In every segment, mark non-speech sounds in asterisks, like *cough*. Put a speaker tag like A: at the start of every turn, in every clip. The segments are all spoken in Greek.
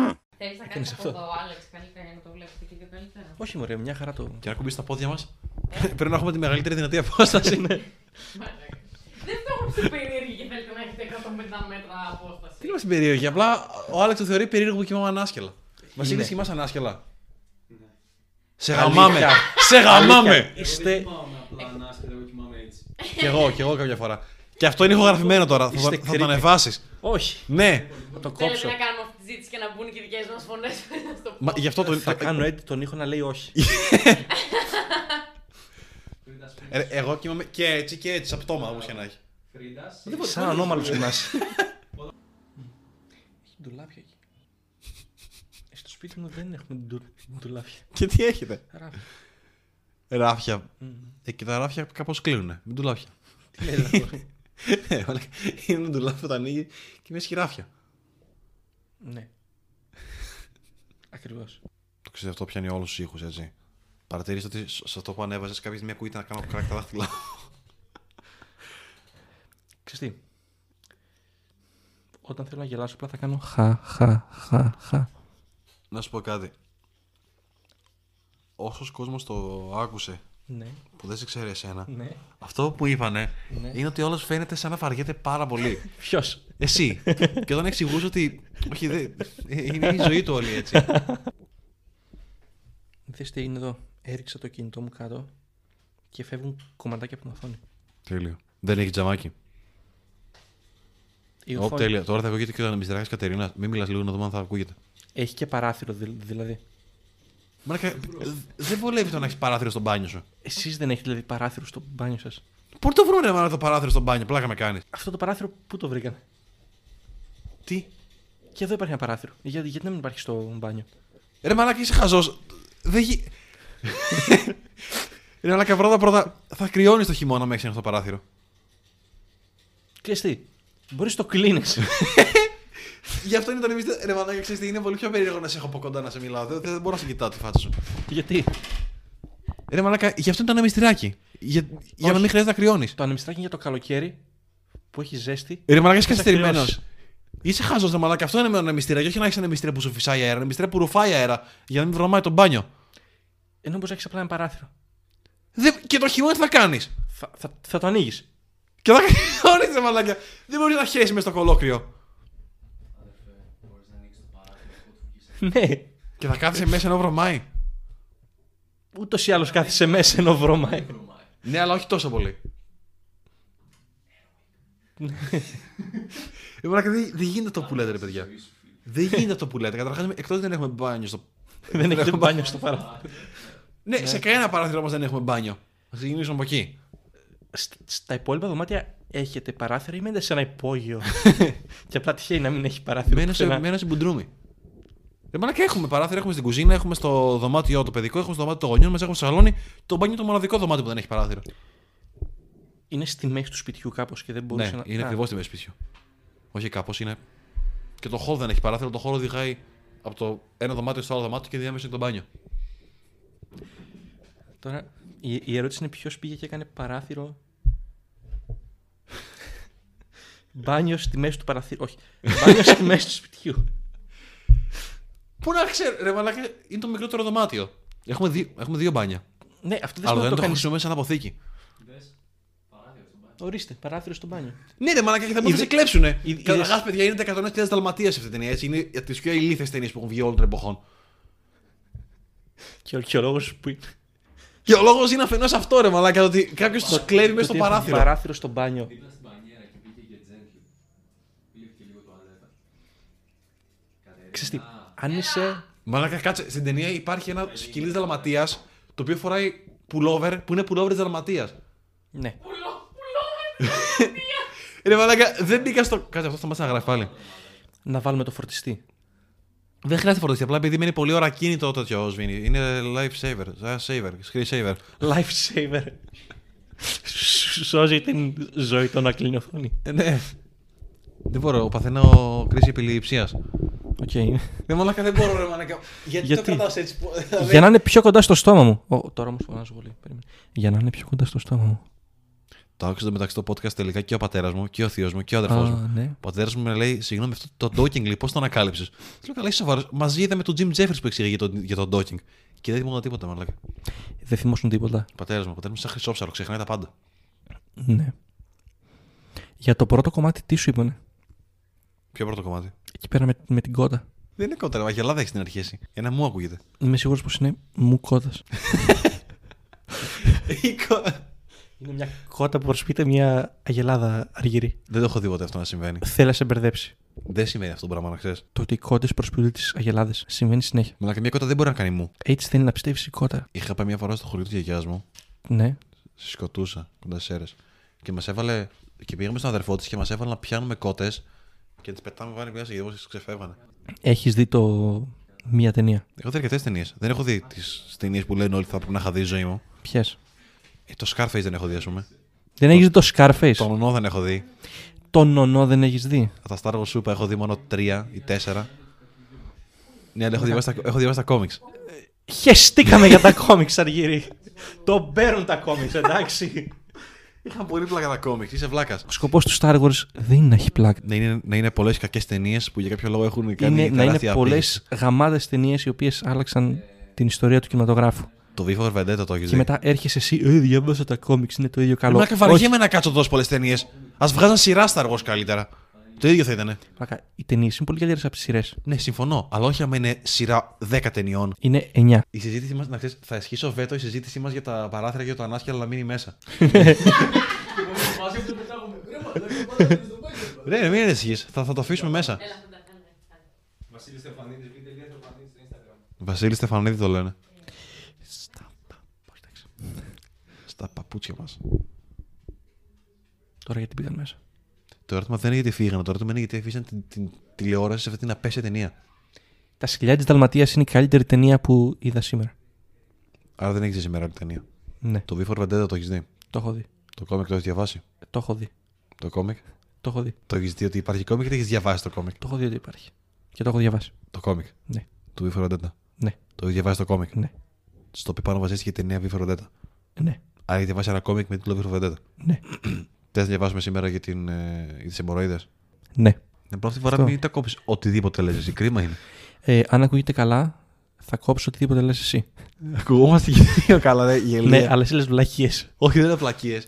A: θα
B: κάνεις
A: κάνει από
B: αυτό.
A: εδώ, Άλεξ, καλύτερα για να το βλέπετε και πιο καλύτερα.
B: Όχι, μωρέ, μια χαρά το.
C: Και να κουμπίσει τα πόδια μας. Πρέπει να έχουμε τη μεγαλύτερη δυνατή απόσταση. ναι.
A: Μαλάκα. Δεν το έχω στην περίεργη και θέλετε να έχετε 150 μέτρα απόσταση.
C: Τι είμαστε περίεργοι. Απλά ο Άλεξ το θεωρεί περίεργο που κοιμάμαι ανάσκελα. Μα
B: Ναι.
C: είδε κοιμάσαι ανάσκελα.
D: Ναι.
C: Σε γαμάμε.
B: Αλήθεια.
C: Σε γαμάμε.
B: Αλήθεια.
D: Εγώ
B: Είστε-
D: δεν κοιμάμαι απλά ανάσκελα, εγώ κοιμάμαι έτσι.
C: Κι εγώ, κι εγώ κάποια φορά. Και αυτό είναι ηχογραφημένο τώρα. Θα,
B: Είστε
C: το- θα
B: creepy.
C: το ανεβάσεις.
B: Όχι,
C: Ναι.
B: θα το
A: Θέλετε
B: κόψω.
A: να κάνουμε αυτή τη ζήτηση και να μπουν και οι δικές μας φωνές *laughs* στο
C: Μα, γι' αυτό το.
B: Θα
C: το-
B: κάνω edit τον ήχο να λέει όχι.
D: Φρίντας,
C: Ε, εγώ κοιμάμαι και έτσι και έτσι, από πτώμα όπως και να έχει.
D: Φρίντας.
B: Σαν ανώμαλο κοιμάσαι. Έχει ντουλάπια εκεί. Ε, Στο σπίτι μου δεν έχουμε ντου- ντουλάπια.
C: Και τι έχετε.
B: Ράφι.
C: Ράφια.
B: Μμμ.
C: Ε, και τα ράφια κάπως κλείνουν. Μην *laughs* τουλάπια.
B: Τι λέει αυτό.
C: Ε, μαλάκα, Είναι ένα ντουλάπι που τα ανοίγει και μια σκυράφια.
B: Ναι. Ακριβώς.
C: Το ξέρετε αυτό πιάνει όλους τους ήχους, έτσι. Παρατηρήστε ότι σ- σε αυτό που ανέβαζες κάποια στιγμή ακούγεται να κάνω κράκ τα δάχτυλα.
B: Ξέρεις τι. Όταν θέλω να γελάσω απλά θα κάνω χα χα χα χα.
C: *laughs* να σου πω κάτι. Όσο κόσμος το άκουσε
B: Ναι,
C: που δεν σε ξέρει εσένα,
B: ναι.
C: αυτό που είπανε
B: Ναι.
C: είναι ότι όλος φαίνεται σαν να βαριέται πάρα πολύ.
B: Ποιος. *laughs*
C: Εσύ. και όταν εξηγούσε ότι. Όχι, δεν- ε, είναι η ζωή του όλη έτσι.
B: Δες τι έγινε εδώ. Έριξα το κινητό μου κάτω και φεύγουν κομματάκια από την οθόνη.
C: *laughs* Τέλειο. Δεν έχει τζαμάκι.
B: Η
C: Ω,
B: οθόνη
C: τέλεια. Τώρα θα ακούγεται και ο Ανεμιστράκη Κατερίνας. Μην μιλάς λίγο να δούμε αν θα ακούγεται.
B: έχει και παράθυρο δη- δηλαδή.
C: Μαλάκα, δ- δεν βολεύει το να έχεις παράθυρο στο μπάνιο σου.
B: Εσείς δεν έχετε δηλαδή παράθυρο στο μπάνιο σας.
C: Πού το βρούμε να το παράθυρο στο μπάνιο, πλάκα με κάνεις.
B: Αυτό το παράθυρο πού το βρήκαν.
C: Τι.
B: Και εδώ υπάρχει ένα παράθυρο. Για, γιατί να μην υπάρχει στο μπάνιο.
C: Ρε μαλάκα είσαι χαζός. Δεν *laughs* γι... Ρε μαλάκα πρώτα πρώτα θα κρυώνεις το χειμώνα με έχεις ένα στο παράθυρο.
B: Ξέρεις τι. Μπορείς να το
C: *laughs*
B: κλείνεις.
C: Γι' αυτό είναι το νεμίστε. Ρε μαλάκα ξέρεις τι είναι πολύ πιο περίεργο να σε έχω από κοντά να σε μιλάω. Δεν, δεν μπορώ να σε κοιτάω τη φάτσα σου.
B: γιατί.
C: Ρε μαλάκα γι' αυτό είναι το ανεμιστηράκι. Για, για να
B: Όχι.
C: μην χρειάζεται να κρυώνεις.
B: Το ανεμιστράκι είναι για το καλοκαίρι που έχει ζέστη.
C: Ρε μαλάκα είσαι
B: Θα
C: καθυστερημένο.
B: κρυώσει.
C: Είσαι χάζος, ρε μαλάκα. Αυτό είναι με ένα ανεμιστήρα. Και όχι να έχεις ένα ανεμιστήρα που σου φυσάει αέρα. Ένα ανεμιστήρα που ρουφάει αέρα για να μην βρωμάει τον μπάνιο.
B: Ενώ μπορείς να έχεις απλά ένα παράθυρο.
C: Δεν- Και το χειμώνα τι θα κάνεις.
B: Θα, θα, θα το ανοίγεις.
C: Και θα *laughs* κρυώνεις, ρε μαλάκα. Δεν μπορείς να χέσεις μες στο κολόκριο.
D: Αδερφέ, μπορείς να ανοίξεις το παράθυρο, εγώ του βγεις.
B: *laughs* ναι.
C: Και θα κάθεσαι μέσα ενώ βρωμάει.
B: Ούτως ή άλλως κάθεσαι μέσα ενώ
C: *laughs*
B: βρωμάει.
D: Βρωμάει.
C: Ναι, αλλά όχι τόσο πολύ. Ε, μαλάκα, δεν δεν γίνεται αυτό που λέτε, ρε παιδιά.
D: Ζωή σου, φίλε.
C: Δεν γίνεται αυτό που λέτε. Καταρχάς, εκτός δεν έχουμε μπάνιο στο.
B: Δεν έχει το μπάνιο στο παράθυρο.
C: Ναι, σε κανένα παράθυρο όμως δεν έχουμε μπάνιο. Ας ξεκινήσουμε από εκεί.
B: Σ- Στα υπόλοιπα δωμάτια έχετε παράθυρα ή μένετε σε ένα
C: *laughs*
B: υπόγειο. και απλά τυχαίνει να μην έχει παράθυρο.
C: Μένω σε,
B: πουθενά.
C: μένω σε μπουντρούμι. Ρε μαλάκα, έχουμε παράθυρα, έχουμε στην κουζίνα, έχουμε στο δωμάτιό το παιδικό, έχουμε στο δωμάτιο των γονιών μας, έχουμε στο σαλόνι. Το μπάνιο είναι το μοναδικό δωμάτιο που δεν έχει παράθυρο.
B: Είναι στη μέση του σπιτιού κάπως και δεν μπορούσε
C: Ναι,
B: να.
C: είναι
B: Α,
C: ακριβώς στη μέση σπιτιού. Όχι κάπως, είναι. Και το χώρο δεν έχει παράθυρο, το χώρο οδηγάει από το ένα δωμάτιο στο άλλο δωμάτιο και διάμεσα είναι το μπάνιο.
B: Τώρα η, η ερώτηση είναι ποιος πήγε και έκανε
C: *laughs*
B: παράθυρο. Μπάνιο στη μέση του παραθύρου. Όχι. Μπάνιο
C: *laughs*
B: στη μέση του σπιτιού.
C: Πού να ξέρω, ρε μαλάκα, είναι το μικρότερο δωμάτιο. Έχουμε, δύο, έχουμε δύο μπάνια.
B: Ναι, αυτό δεν
C: Αλλά
B: σημαίνει να
C: δεν το,
B: το κάνεις.
C: χρησιμοποιούμε σαν αποθήκη.
D: Δες, παράθυρο στον μπάνιο.
B: Ορίστε, παράθυρο στο μπάνιο.
C: Ναι, ρε μαλάκα, και θα μπορούσαν να
B: Ιδε-
C: σε κλέψουνε.
B: Ιδε-
C: Καταρχάς, παιδιά, είναι τα 100.000 δαλματίες αυτή η ταινία. Έτσι. Είναι από τις πιο ηλίθε ταινίες που έχουν βγει όλων των εποχών.
B: Και ο, και ο λόγος που είναι.
C: Και ο λόγος είναι αφενός αυτό, ρε μαλάκα, ότι κάποιος του κλέβει μέσα
B: το ότι
C: στο
B: έχουν
C: παράθυρο.
B: Παράθυρο στο μπάνιο.
D: Δίπλα στην μπανιέρα και βγήκε και τζέντλι. Πήγε και λίγο τουαλέτα. Κατερίνα.
B: Ξέρεις τι, αν είσαι.
C: Μαλάκα, κάτσε. Στην ταινία υπάρχει ένα σκυλί Δαλματίας το οποίο φοράει pullover που είναι pullover της Δαλματίας.
B: Ναι.
A: Πουλό, πουλό,
C: Ρε μαλάκα, δεν μπήκα στο. Κάτσε, αυτό σταμάτησε να γράφει πάλι.
B: Να βάλουμε το φορτιστή.
C: Δεν χρειάζεται φορτιστή, απλά επειδή μένει πολλή ώρα κίνητο τέτοιο σβήνει. Είναι life saver, life saver, screen saver.
B: Life saver. Σου Σώζει την ζωή των ακλίνη οθόνη.
C: Ε, ναι. Δεν μπορώ, παθαίνω κρίση επιληψίας.
B: Οκ.
C: Ρε μαλάκα, δεν μπορώ, ρε μαλάκα. Γιατί,
B: Γιατί?
C: το κρατάς έτσι. που- Δηλαδή-
B: Για να είναι πιο κοντά στο στόμα μου. Ω, τώρα όμως φωνάζω πολύ. Περίμενε. Για να είναι πιο κοντά στο στόμα μου.
C: Το άκουσα το μεταξύ το podcast τελικά και ο πατέρας μου και ο θείος μου και ο αδερφός μου.
B: ναι.
C: Ο πατέρας μου με λέει: Συγγνώμη, αυτό το docking λοιπόν, πώς το ανακάλυψες. Του λέω: Καλά, είσαι σοβαρός. Μαζί είδαμε τον Jim Jeffries που εξήγαγε για το, για το docking. Και δεν θυμόταν τίποτα, μαλάκα.
B: Δεν θυμόσουν τίποτα.
C: Ο πατέρας μου, ο πατέρας μου σαν χρυσόψαρο, ξεχνάει τα πάντα.
B: Ναι. Για το πρώτο κομμάτι τι σου είπανε.
C: Ποιο πρώτο κομμάτι.
B: Εκεί πέρα με, με την κότα.
C: Δεν είναι κότερα, βαγελάδα έχεις την αρχή εσύ. Ένα μου ακούγεται.
B: Είμαι σίγουρος πως είναι μου *laughs* κότας. Είναι μια κότα που προσποιείται μια αγελάδα αργυρή.
C: δεν το έχω δει ποτέ αυτό να συμβαίνει.
B: Θέλει να σε μπερδέψει.
C: δεν συμβαίνει αυτό το πράγμα, να ξέρεις.
B: Το ότι οι κότε προσποιούνται τι αγελάδε συμβαίνει συνέχεια.
C: Μαλάκα, μια κότα δεν μπορεί να κάνει μου.
B: Έτσι θέλει να πιστεύεις η κότα.
C: Είχα πάει μια φορά στο χωριό της γιαγιάς μου
B: Ναι.
C: στη σκοτούσα κοντά στις αίρες. Και μας έβαλε. Και πήγαμε στον αδερφό της και μας έβαλε να πιάνουμε κότες και τις πετάμε βάρη μια γιατί μα ξεφεύγανε.
B: Έχεις δει το. μία ταινία.
C: Έχω δει αρκετές ταινίες. Δεν έχω δει τις ταινίες που λένε όλοι θα πρέπει να είχα δει η ζωή μου.
B: Ποιες.
C: Ε, το Scarface δεν έχω δει, ας πούμε.
B: Δεν έχεις δει το Scarface.
C: Το Νονό δεν έχω δει.
B: Τον νονό δεν έχεις δει.
C: Τα Star Wars Super έχω δει μόνο τρία ή τέσσερα. Ναι, αλλά έχω διαβάσει τα, έχω διαβάσει τα κόμιξ.
B: Χεστήκαμε για τα κόμιξ, Αργύρι. Το παίρνουν τα κόμιξ, εντάξει.
C: Είχα πολύ πλάκα τα κόμιξ, είσαι βλάκας.
B: Ο σκοπός του Star Wars δεν είναι να έχει πλάκα.
C: Να είναι, να είναι πολλές κακές ταινίες που για κάποιο λόγο έχουν κάνει
B: είναι να είναι
C: τεράστια
B: πολλέ
C: απήχηση.
B: γαμάδες ταινίες οι οποίες άλλαξαν την ιστορία του κινηματογράφου.
C: Το V for Vendetta το έχεις δει.
B: Και μετά έρχεσαι εσύ, Ε, διάβασα τα κόμιξ, είναι το ίδιο καλό.
C: Μαλάκα,
B: Όχι,
C: βαριέμαι να κάτσω τόσο πολλές ταινίες. Ας βγάζαν σειρά Star Wars καλύτερα. Το ίδιο θα ήταν.
B: μαλάκα, οι ταινίες είναι πολύ καλύτερες από τις σειρές.
C: Ναι, συμφωνώ. Αλλά όχι άμα είναι σειρά 10 ταινιών.
B: Είναι 9.
C: Η συζήτησή μας, να ξέρεις, θα ισχύσω βέτο η συζήτησή μας για τα παράθυρα και το ανάσκελα να μείνει μέσα.
D: Μαζί που το πετάγουμε. Ρε, μαλάκα, πάρα πολύ στο πάγιο.
C: Ρε, ρε, μην ανησυχείς. Θα, θα το αφήσουμε μέσα.
A: Έλα, θα τα κάνουμε.
D: Βασίλη Στεφανίδης, β.λ. Στεφανίδης στο Instagram.
C: Βασίλη Στεφανίδη το λένε. Στα παπούτσια μας.
B: Τώρα γιατί πήγαν μέσα.
C: Το ερώτημα δεν είναι γιατί φύγανε, το ερώτημα είναι γιατί αφήσαν την, την τηλεόραση σε αυτή την απέσια ταινία.
B: Τα σκυλιά της Δαλματίας είναι η καλύτερη ταινία που είδα σήμερα.
C: Άρα δεν έχεις δει σήμερα όλη την ταινία.
B: Ναι,
C: Το V for Vendetta το έχεις δει.
B: το έχω δει.
C: Το κόμικ το έχεις διαβάσει.
B: Το έχω δει.
C: Το κόμικ.
B: Το έχω δει.
C: Το έχεις δει ότι υπάρχει κόμικ και το έχεις διαβάσει το κόμικ.
B: Το έχω δει ότι υπάρχει. Και το έχω διαβάσει.
C: Το κόμικ.
B: Ναι.
C: Του V for Vendetta.
B: Ναι.
C: Το έχεις διαβάσει το κόμικ.
B: Ναι.
C: Στο οποίο πάνω βασίστηκε η ταινία V for Vendetta.
B: Ναι.
C: Άρα έχεις διαβάσει ένα κόμικ με τίτλο V for Vendetta.
B: Ναι.
C: Δεν θα διαβάσουμε σήμερα για, την, ε, για τις εμπορροίδες.
B: Ναι.
C: Την πρώτη φορά
B: Αυτό.
C: μην τα κόψεις. Οτιδήποτε λες, εσύ κρίμα είναι.
B: Ε, αν ακούγεται καλά, θα κόψω οτιδήποτε λες εσύ.
C: Ακουγόμαστε και δύο καλά, ρε, γελία.
B: Ναι, αλλά εσύ λες βλαχίε.
C: Όχι, δεν είναι πλακίε.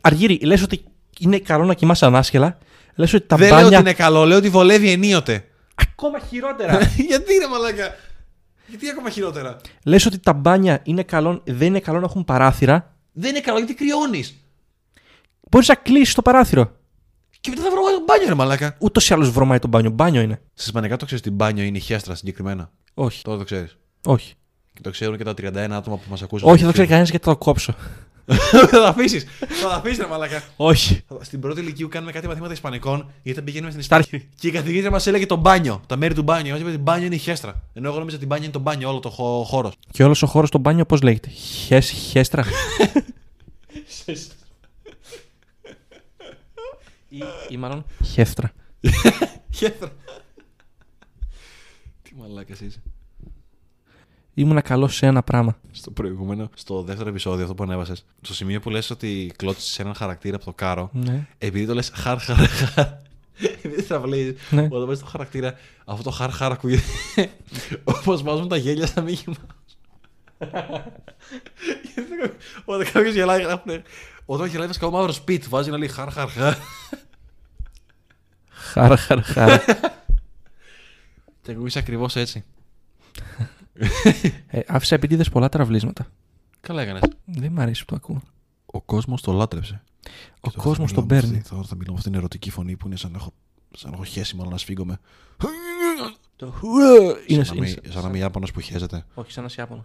B: Αργύρι, λες ότι είναι καλό να κοιμάσαι ανάσχελα. Λες ότι τα
C: Δεν λέω ότι
B: μπάνια.
C: είναι καλό, λέω ότι βολεύει ενίοτε.
B: Ακόμα *laughs* χειρότερα.
C: *laughs* Γιατί είναι μαλάκα. Γιατί ακόμα χειρότερα.
B: λες ότι τα μπάνια είναι καλό, δεν είναι καλό να έχουν παράθυρα.
C: Δεν είναι καλό γιατί κρυώνεις.
B: Μπορείς να κλείσεις το παράθυρο.
C: Και μετά θα βρω εγώ μπάνιο, ρε μαλάκα.
B: Ούτως ή άλλως βρωμάει το μπάνιο. Μπάνιο είναι.
C: Στα Ισπανικά το ξέρεις τι μπάνιο είναι η χέστρα συγκεκριμένα.
B: Όχι.
C: Τώρα το ξέρεις.
B: Όχι.
C: Και το ξέρουν και τα 31 άτομα που μας ακούσαν.
B: Όχι, δεν το ξέρει κανένας γιατί θα το κόψω.
C: θα τα αφήσεις. Θα τα αφήσεις, ρε μαλάκα.
B: Όχι.
C: Στην πρώτη ηλικίου κάνουμε κάτι μαθήματα Ισπανικών γιατί τα πηγαίνουμε στην
B: Στάρχη.
C: Ισπανία. Και η καθηγήτρια μας έλεγε το μπάνιο. Τα μέρη του μπάνιου. Μας είπε ότι μπάνιο είναι η χέστρα. Ενώ εγώ νόμιζα ότι μπάνιο είναι το μπάνιο, όλο το χώρος.
B: Και όλος ο χώρος στο μπάνιο πώς λέγεται. Χες, χέστρα. ή, ή μάλλον χέφτρα.
C: Χέστρα. Τι μαλάκας είσαι.
B: Ήμουνα καλό σε ένα πράγμα.
C: στο προηγούμενο, στο δεύτερο επεισόδιο, αυτό που ανέβασες, στο σημείο που λες ότι κλώτσισε έναν χαρακτήρα από το κάρο,
B: Ναι.
C: επειδή το λες χαρ, χαρ, χαρ. Επειδή τραυλίζει,
B: Ναι.
C: όταν βάζεις το χαρακτήρα, αυτό το χαρ, χαρ ακούγεται. Όπως βάζουν τα γέλια στα μη γυμά. Όταν κάποιος γελάει, γράφουνε. Όταν γελάει, βάζει κάποιο μαύρος σπιτ, βάζει να λέει χαρ, χαρ, χαρ.
B: Χάρα, χάρα, χάρα.
C: Και ακούγεις ακριβώς έτσι.
B: ε, άφησα επίτηδες πολλά τραυλίσματα.
C: Καλά έκανες.
B: Δεν μ' αρέσει που το ακούω.
C: Ο κόσμος το λάτρεψε.
B: Ο
C: Και τώρα θα
B: κόσμο τον
C: μιλάω με
B: παίρνει.
C: αυτή- Τώρα θα μιλάω με αυτήν την ερωτική φωνή που είναι σαν να έχω, σαν να έχω χέσει, μάλλον να σφίγγομαι.
B: Το ε, είναι
C: σαν να
B: είναι-
C: είμαι- σαν να είμαι Ιάπωνα που χαίζεται.
B: Όχι, σαν ένα Ιάπωνα.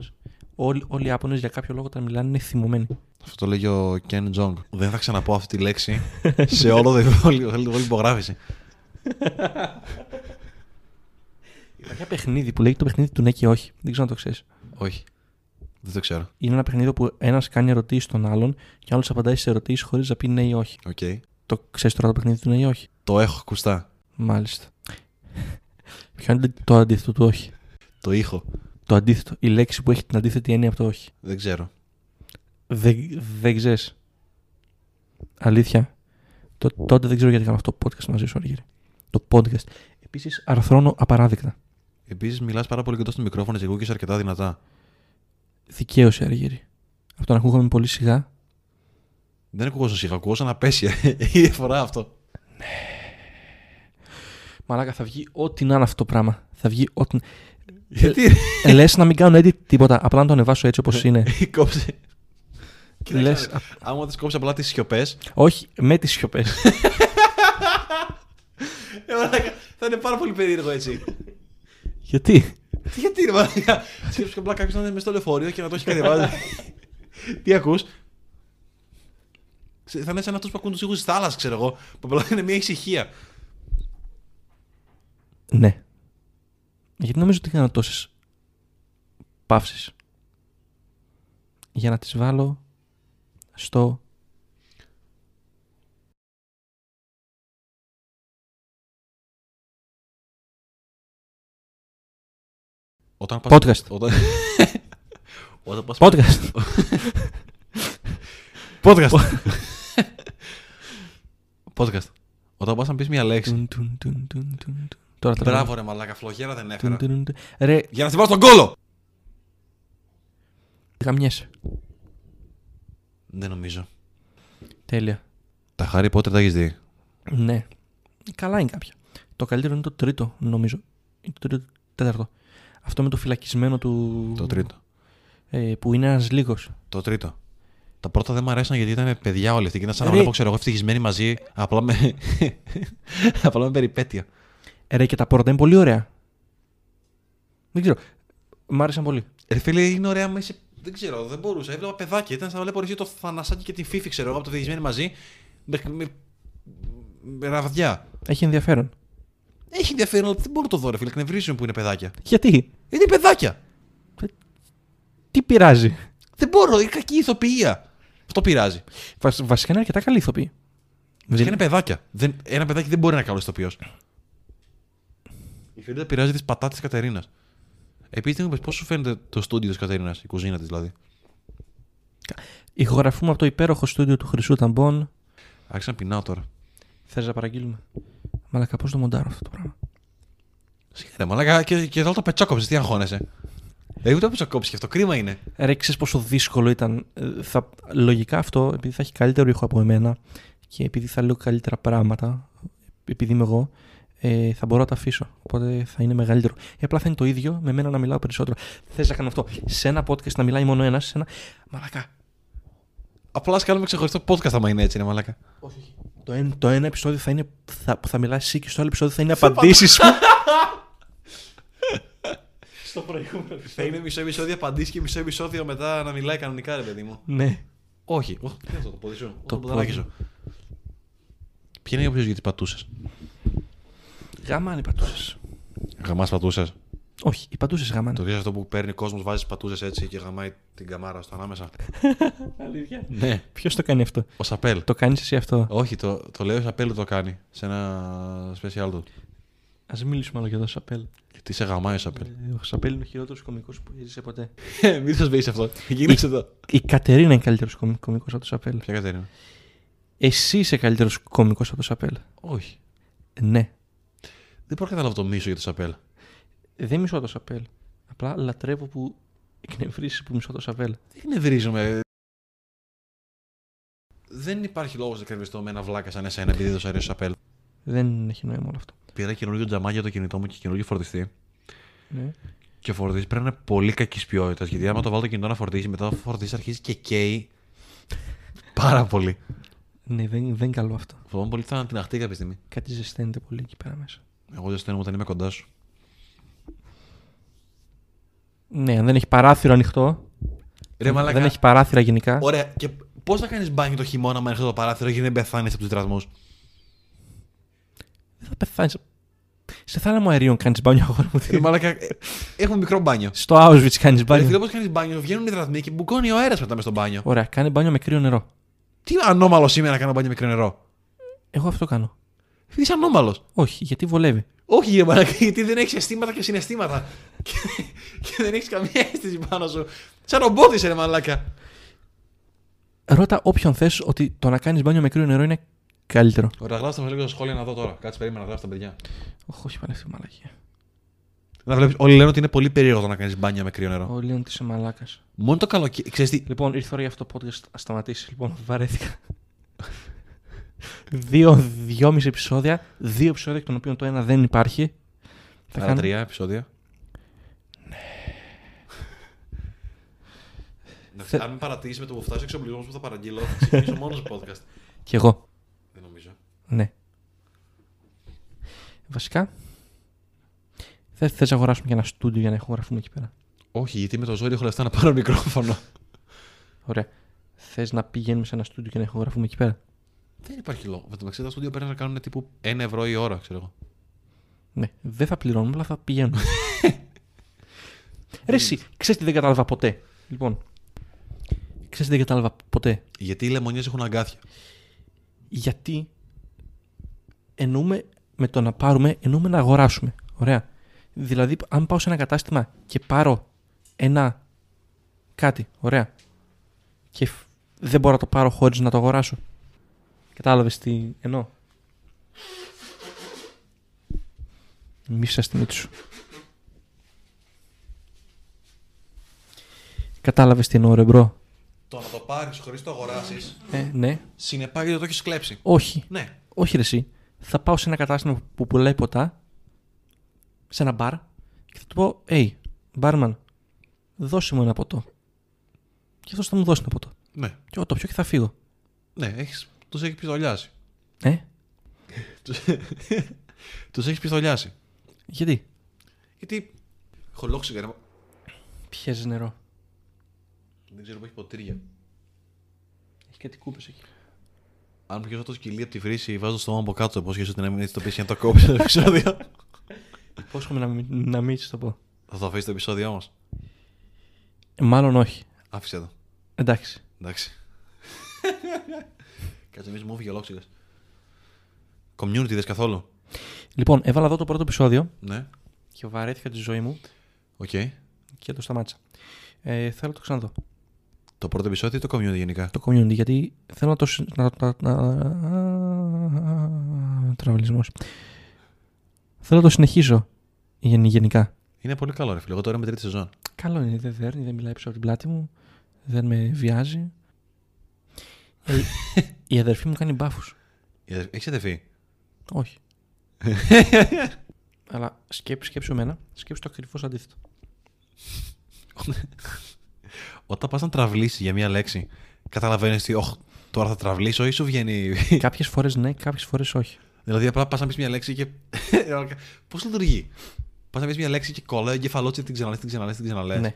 B: Όλοι, όλοι οι Ιάπωνες για κάποιο λόγο όταν μιλάνε είναι θυμωμένοι.
C: Αυτό το λέγει ο Κεν Τζόγκ. Δεν θα ξαναπώ αυτή τη λέξη σε όλο το υπόλοιπο- όλη την όλη υπογράφηση.
B: Υπάρχει ένα παιχνίδι που λέγεται το παιχνίδι του ναι και όχι. Δεν ξέρω αν το ξέρεις.
C: Όχι. Δεν το ξέρω.
B: Είναι ένα παιχνίδι που ένας κάνει ερωτήσεις στον άλλον και ο άλλος απαντάει σε ερωτήσεις χωρίς να πει ναι ή όχι.
C: Οκ.
B: Το ξέρεις τώρα το παιχνίδι του ναι ή όχι.
C: Το έχω ακουστά.
B: Μάλιστα. Ποιο είναι το αντίθετο του όχι.
C: Το ήχο.
B: Το αντίθετο. Η λέξη που έχει την αντίθετη έννοια από το όχι.
C: Δεν ξέρω.
B: Δεν, δεν ξέρεις. Αλήθεια. Το, τότε δεν ξέρω γιατί κάνω αυτό το podcast μαζί σου, Αργύρι. Το podcast. Επίσης, αρθρώνω απαράδεκτα.
C: Επίσης, μιλάς πάρα πολύ κοντά στο μικρόφωνο και ακούγεις αρκετά δυνατά.
B: Δικαίωση, Αργύρι. Αυτό να ακούγαμε πολύ σιγά.
C: Δεν ακούω σαν σιγά, ακούω σαν απέσια. *laughs* Η διαφορά αυτό.
B: Μαλάκα, θα βγει ό,τι να είναι αυτό το πράγμα. Θα βγει ό,τι.
C: Γιατί.
B: Λε Ε, να μην κάνω edit τίποτα. Απλά να το ανεβάσω έτσι όπως είναι.
C: *laughs* Κόψε.
B: Λες,
C: Κοίταξε. Άμα τη κόψει απλά τις σιωπές,
B: Όχι, με τις σιωπές. *laughs*
C: Ε, θα είναι πάρα πολύ περίεργο έτσι.
B: γιατί.
C: Τι γιατί ρε μαλάκα. Σκέψου απλά κάποιος να είναι μες στο λεωφορείο και να το έχει κατεβάσει. *laughs* Τι ακούς. Ξε- Θα είναι σαν αυτούς που ακούν τους ήχους της θάλασσας, ξέρω εγώ. Που απλά είναι μια ησυχία.
B: Ναι. Γιατί νομίζω ότι έκανα τόσες παύσεις. Για να τις βάλω στο.
C: Όταν πας...
B: Podcast.
C: *laughs* Όταν... Όταν πας...
B: Podcast.
C: Podcast. *laughs* Podcast. Όταν πας να πεις μια λέξη.
B: *laughs* Τουν, τουν, τουν, τουν, τουν, τουν. Τώρα τρελαίνω.
C: Μπράβο ρε μαλάκα, φλογέρα δεν
B: Τουν,
C: έφερα.
B: τουν, τουν. Ρε,
C: Για να σε βάλω στον κόλο.
B: γαμιέσαι.
C: Δεν νομίζω.
B: Τέλεια.
C: Τα Harry Potter τα έχεις δει.
B: Ναι. Καλά είναι κάποια. Το καλύτερο είναι το τρίτο, νομίζω. Ή Το τρίτο, τέταρτο. Αυτό με το φυλακισμένο του.
C: Το τρίτο.
B: Ε, που είναι ένας λίγος.
C: Το τρίτο. Τα πρώτα δεν μου αρέσαν γιατί ήταν παιδιά όλοι αυτοί. Και ήταν σαν να
B: Ρε.
C: βλέπω, ξέρω εγώ, ευτυχισμένοι μαζί, απλά με, *laughs* απλά με περιπέτεια.
B: Ρε και τα πόρτα είναι πολύ ωραία. Δεν ξέρω. Μ' άρεσαν πολύ.
C: Ρε φίλε, είναι ωραία μέσα. Δεν ξέρω, δεν μπορούσα. Έβλεπα παιδάκια. Ήταν σαν να βλέπω εσύ το θανασάκι και την φίφη, ξέρω εγώ, από το ευτυχισμένοι μαζί. Με, με, με ραβδιά.
B: Έχει ενδιαφέρον.
C: Έχει ενδιαφέρον, αλλά δεν μπορώ να το δω, ρε φίλε. Εκνευρίζουν που είναι παιδάκια.
B: Γιατί,
C: Είναι παιδάκια.
B: τι πειράζει.
C: Δεν μπορώ, είναι κακή ηθοποιία. Αυτό πειράζει.
B: Βασ- βασικά είναι αρκετά καλή Δηλαδή, ηθοποιή.
C: Βασικά είναι παιδάκια. Δεν, ένα παιδάκι δεν μπορεί να είναι καλό ηθοποιός. Η Φιωρίντα πειράζει τις πατάτες της Κατερίνας. Επίσης, δεν μου πώς σου φαίνεται το στούντιο της Κατερίνας, η κουζίνα της δηλαδή.
B: Ηχογραφούμε από το υπέροχο στούντιο του Χρυσού Ταμπών.
C: Άρχισα να πεινάω τώρα.
B: Θες να παραγγείλουμε. Μαλάκα, πώς το μοντάρω αυτό το πράγμα.
C: Συγχαρητήρια, μαλάκα. Και, και εδώ το πετσόκοψες, τι αγχώνεσαι. Εγώ το πετσόκοψες και αυτό κρίμα είναι.
B: Ρε, ξέρεις πόσο δύσκολο ήταν. Ε, Θα, λογικά αυτό, επειδή θα έχει καλύτερο ήχο από εμένα και επειδή θα λέω καλύτερα πράγματα, επειδή είμαι εγώ, ε, θα μπορώ να τα αφήσω. Οπότε θα είναι μεγαλύτερο. Ε, απλά θα είναι το ίδιο με μένα να μιλάω περισσότερο. Θες να κάνω αυτό. Σε ένα podcast να μιλάει μόνο ένας, σε ένα. Μαλάκα.
C: Απλά ας κάνουμε ξεχωριστό podcast άμα είναι έτσι, είναι μαλάκα.
B: Το, εν- το ένα επεισόδιο θα είναι θα, που θα μιλάς εσύ και στο άλλο επεισόδιο θα είναι απαντήσεις μου.
C: Θα είναι μισό επεισόδιο απαντήσει και μισό επεισόδιο μετά να μιλάει κανονικά, ρε παιδί μου.
B: ναι.
C: Όχι. Οχ, τι είναι αυτό, το πόδι σου.
B: Το
C: Το ποδαράκι
B: πόδι.
C: σου. Ποια είναι η άποψη για τι πατούσε.
B: Γάμα είναι οι πατούσες.
C: Γαμάς πατούσες.
B: Όχι, οι πατούσες γάμα
C: Το
B: είναι.
C: δεις αυτό που παίρνει κόσμος, βάζεις πατούζε έτσι και γαμάει την καμάρα στο ανάμεσα.
B: Αλήθεια.
C: ναι.
B: Ποιος το κάνει αυτό.
C: Ο Σαπέλ.
B: Το κάνεις εσύ αυτό.
C: Όχι, το, το λέω ο Σαπέλ το κάνει σε ένα special του.
B: Ας μιλήσουμε άλλο για τον Σαπέλ.
C: Γιατί σε γαμάει ο Σαπέλ.
B: Ε, Ο Σαπέλ είναι ο χειρότερος κωμικός που έζησε ποτέ.
C: Ναι. *laughs* Μην σας πει αυτό. Γύρισε εδώ.
B: Η Κατερίνα είναι καλύτερος κωμικός από τον Σαπέλ.
C: Ποια Κατερίνα.
B: Εσύ είσαι καλύτερος κωμικός από τον Σαπέλ.
C: Όχι.
B: Ναι.
C: Δεν μπορώ να καταλάβω το μίσο για το Σαπέλ.
B: Δεν μισώ τον Σαπέλ. Απλά λατρεύω που εκνευρίζεις που μισώ τον Σαπέλ.
C: Δεν εκνευρίζομαι. Δεν υπάρχει λόγος να εκνευριστώ με ένα βλάκα σαν εσένα επειδή δεν σου αρέσει ο Σαπέλ.
B: Δεν έχει νόημα όλο αυτό.
C: Πήρα καινούργιο τζαμάκι για το κινητό μου και καινούργιο φορτιστή.
B: Ναι.
C: Και ο φορτιστής πρέπει να είναι πολύ κακής ποιότητας. Γιατί άμα το βάλω το κινητό να φορτίσει, μετά ο φορτιστής αρχίζει και καίει. Πάρα πολύ.
B: Ναι, δεν, δεν καλό αυτό.
C: Φοβάμαι πολύ ότι θα ανατιναχτεί κάποια στιγμή.
B: Κάτι ζεσταίνεται πολύ εκεί πέρα μέσα.
C: Εγώ δεν στέλνω όταν είμαι κοντά σου.
B: Ναι, αν δεν έχει παράθυρο ανοιχτό.
C: Ρε μαλάκα.
B: δεν έχει παράθυρα γενικά.
C: Ωραία. Και πώς θα κάνεις μπάνι το χειμώνα με ανοιχτό το παράθυρο και δεν πεθάνεις από τους δρασμού.
B: Δεν θα πεθάνει. Σε θάλαμο αερίων κάνεις μπάνιο, αγόρι μου. *laughs*
C: Ρε μαλάκα. ε, Έχουμε μικρό μπάνιο.
B: Στο Auschwitz κάνεις
C: Ρε
B: μπάνιο.
C: φίλε, πώ κάνεις μπάνιο, βγαίνουν οι δρασμοί και μπουκώνει ο αέρας μετά μες στο μπάνιο.
B: Ωραία, κάνει μπάνιο με κρύο νερό.
C: Τι ανώμαλος σήμερα να κάνω μπάνιο μικρό νερό.
B: Εγώ αυτό κάνω.
C: Είσαι ανώμαλος.
B: Όχι, γιατί βολεύει.
C: Όχι, ρε μαλάκα, γιατί δεν έχεις αισθήματα και συναισθήματα. *laughs* και, και δεν έχεις καμία αίσθηση πάνω σου. Σαν ρομπότ είσαι, ρε μαλάκα.
B: Ρώτα όποιον θες ότι το να κάνεις μπάνιο με κρύο νερό είναι καλύτερο.
C: Ωραία, γράψτε μας λίγο στα σχόλια να δω τώρα. Κάτσε, περίμενα, γράψτε τα παιδιά.
B: Οχ, όχι πάλι αυτή η μαλακία.
C: Να βλέπεις, όλοι λένε ότι είναι πολύ περίεργο το να κάνεις μπάνια με κρύο νερό.
B: Ο Λίον τη μαλάκας.
C: Μόνο το καλοκαίρι. Ξέρεις τι.
B: Λοιπόν, ήρθε η ώρα για αυτό το podcast να σταματήσεις. Λοιπόν, *laughs* βαρέθηκα. δύο, δυόμιση επεισόδια. Δύο επεισόδια εκ των οποίων το ένα δεν υπάρχει. Θα
C: Άρα
B: κάνω-
C: τρία επεισόδια.
B: Θε-
C: Ναι. Αν με παρατήσει με το που φτάσει ο εξοπλισμό που θα παραγγείλω, θα ξεκινήσω μόνος podcast.
B: Κι εγώ.
C: Δεν νομίζω.
B: Ναι. Βασικά, δεν θες να αγοράσουμε και ένα στούντιο για να ηχογραφούμε εκεί πέρα.
C: Όχι, γιατί με το ζόρι έχω λεφτά να πάρω μικρόφωνο.
B: Ωραία. Θες να πηγαίνουμε σε ένα στούντιο και να ηχογραφούμε εκεί πέρα.
C: Δεν υπάρχει λόγο. Με το μεταξύ, τα στούντιο πέρα να κάνουν τύπου 1 ευρώ η ώρα, ξέρω εγώ.
B: Ναι, δεν θα πληρώνουμε, αλλά θα πηγαίνουμε. Ρε εσύ, ξέρεις τι δεν κατάλαβα ποτέ. Λοιπόν, ξέρεις τι δεν κατάλαβα ποτέ.
C: Γιατί οι λεμονιές έχουν αγκάθια.
B: Γιατί εννοούμε με το να πάρουμε, εννοούμε να αγοράσουμε. Ωραία. Δηλαδή, αν πάω σε ένα κατάστημα και πάρω ένα κάτι, ωραία, και φ- δεν μπορώ να το πάρω χωρίς να το αγοράσω. Κατάλαβες τι εννοώ. Μίσα στη μύτη σου. Κατάλαβες τι εννοώ, ρε μπρο.
C: Το να το πάρεις χωρίς το αγοράσεις,
B: Ε, ναι,
C: συνεπάγεται ότι το έχεις κλέψει.
B: όχι.
C: Ναι.
B: Όχι ρε εσύ. Θα πάω σε ένα κατάστημα που πουλάει ποτά, σε ένα μπαρ, και θα του πω, «Hey, μπάρμαν, δώσε μου ένα ποτό». Και αυτός θα μου δώσει ένα ποτό.
C: Ναι,
B: Και εγώ το πιω και θα φύγω.
C: ναι, έχεις... τους έχεις πιστολιάσει.
B: Ε,
C: Τους έχεις πιστολιάσει.
B: γιατί.
C: Γιατί. Χολόξυγα, ρε, μα-
B: Πιέζεις νερό.
C: δεν ξέρω που έχει ποτήρια.
B: Έχει κάτι κούπες εκεί.
C: Αν πιέσω το σκυλί από τη βρύση, βάζω το στόμα από κάτω. Πώ ότι να μην έτσι το πεις για να το κόψεις το επεισόδιο.
B: Υπόσχομαι να, μην- να μην σου το πω.
C: Θα το αφήσεις το επεισόδιο όμως.
B: Ε, μάλλον όχι.
C: Άφησε το.
B: Εντάξει.
C: Εντάξει. Κάτσε εμείς μου φύγει ολόξυγα. Community δες καθόλου.
B: Λοιπόν, έβαλα εδώ το πρώτο επεισόδιο
C: Ναι.
B: και βαρέθηκα τη ζωή μου
C: Οκ.
B: και το σταμάτησα. Ε, θέλω να το ξαναδώ.
C: Το πρώτο επεισόδιο ή το community γενικά.
B: Το community, γιατί θέλω να το. συ- Να, να, να, τραυλισμός. Θέλω να το συνεχίζω γεν- γενικά.
C: Είναι πολύ καλό, ρε φίλε. Εγώ τώρα είμαι τρίτη σεζόν.
B: Καλό είναι, δεν δέρνει, δεν μιλάει πίσω από την πλάτη μου, δεν με βιάζει. *laughs* Ε, η αδερφή μου κάνει μπάφους.
C: Έχεις αδερφή.
B: *laughs* Όχι. Αλλά σκέψου, σκέψου εμένα, σκέψου το ακριβώς *laughs* αντίθετο.
C: *laughs* Όταν πας να τραυλήσεις για μία λέξη, καταλαβαίνεις ότι «Ωχ, τώρα θα τραυλήσω ή σου βγαίνει. *laughs*
B: κάποιες φορές ναι, κάποιες φορές όχι.
C: δηλαδή, απλά πας να πεις μία λέξη και. *laughs* Πώς λειτουργεί. Πας να πεις μία λέξη και κολλάει ο εγκεφαλό και την ξαναλέ, την ξαναλέ, την ξαναλέ.
B: *laughs* Ναι.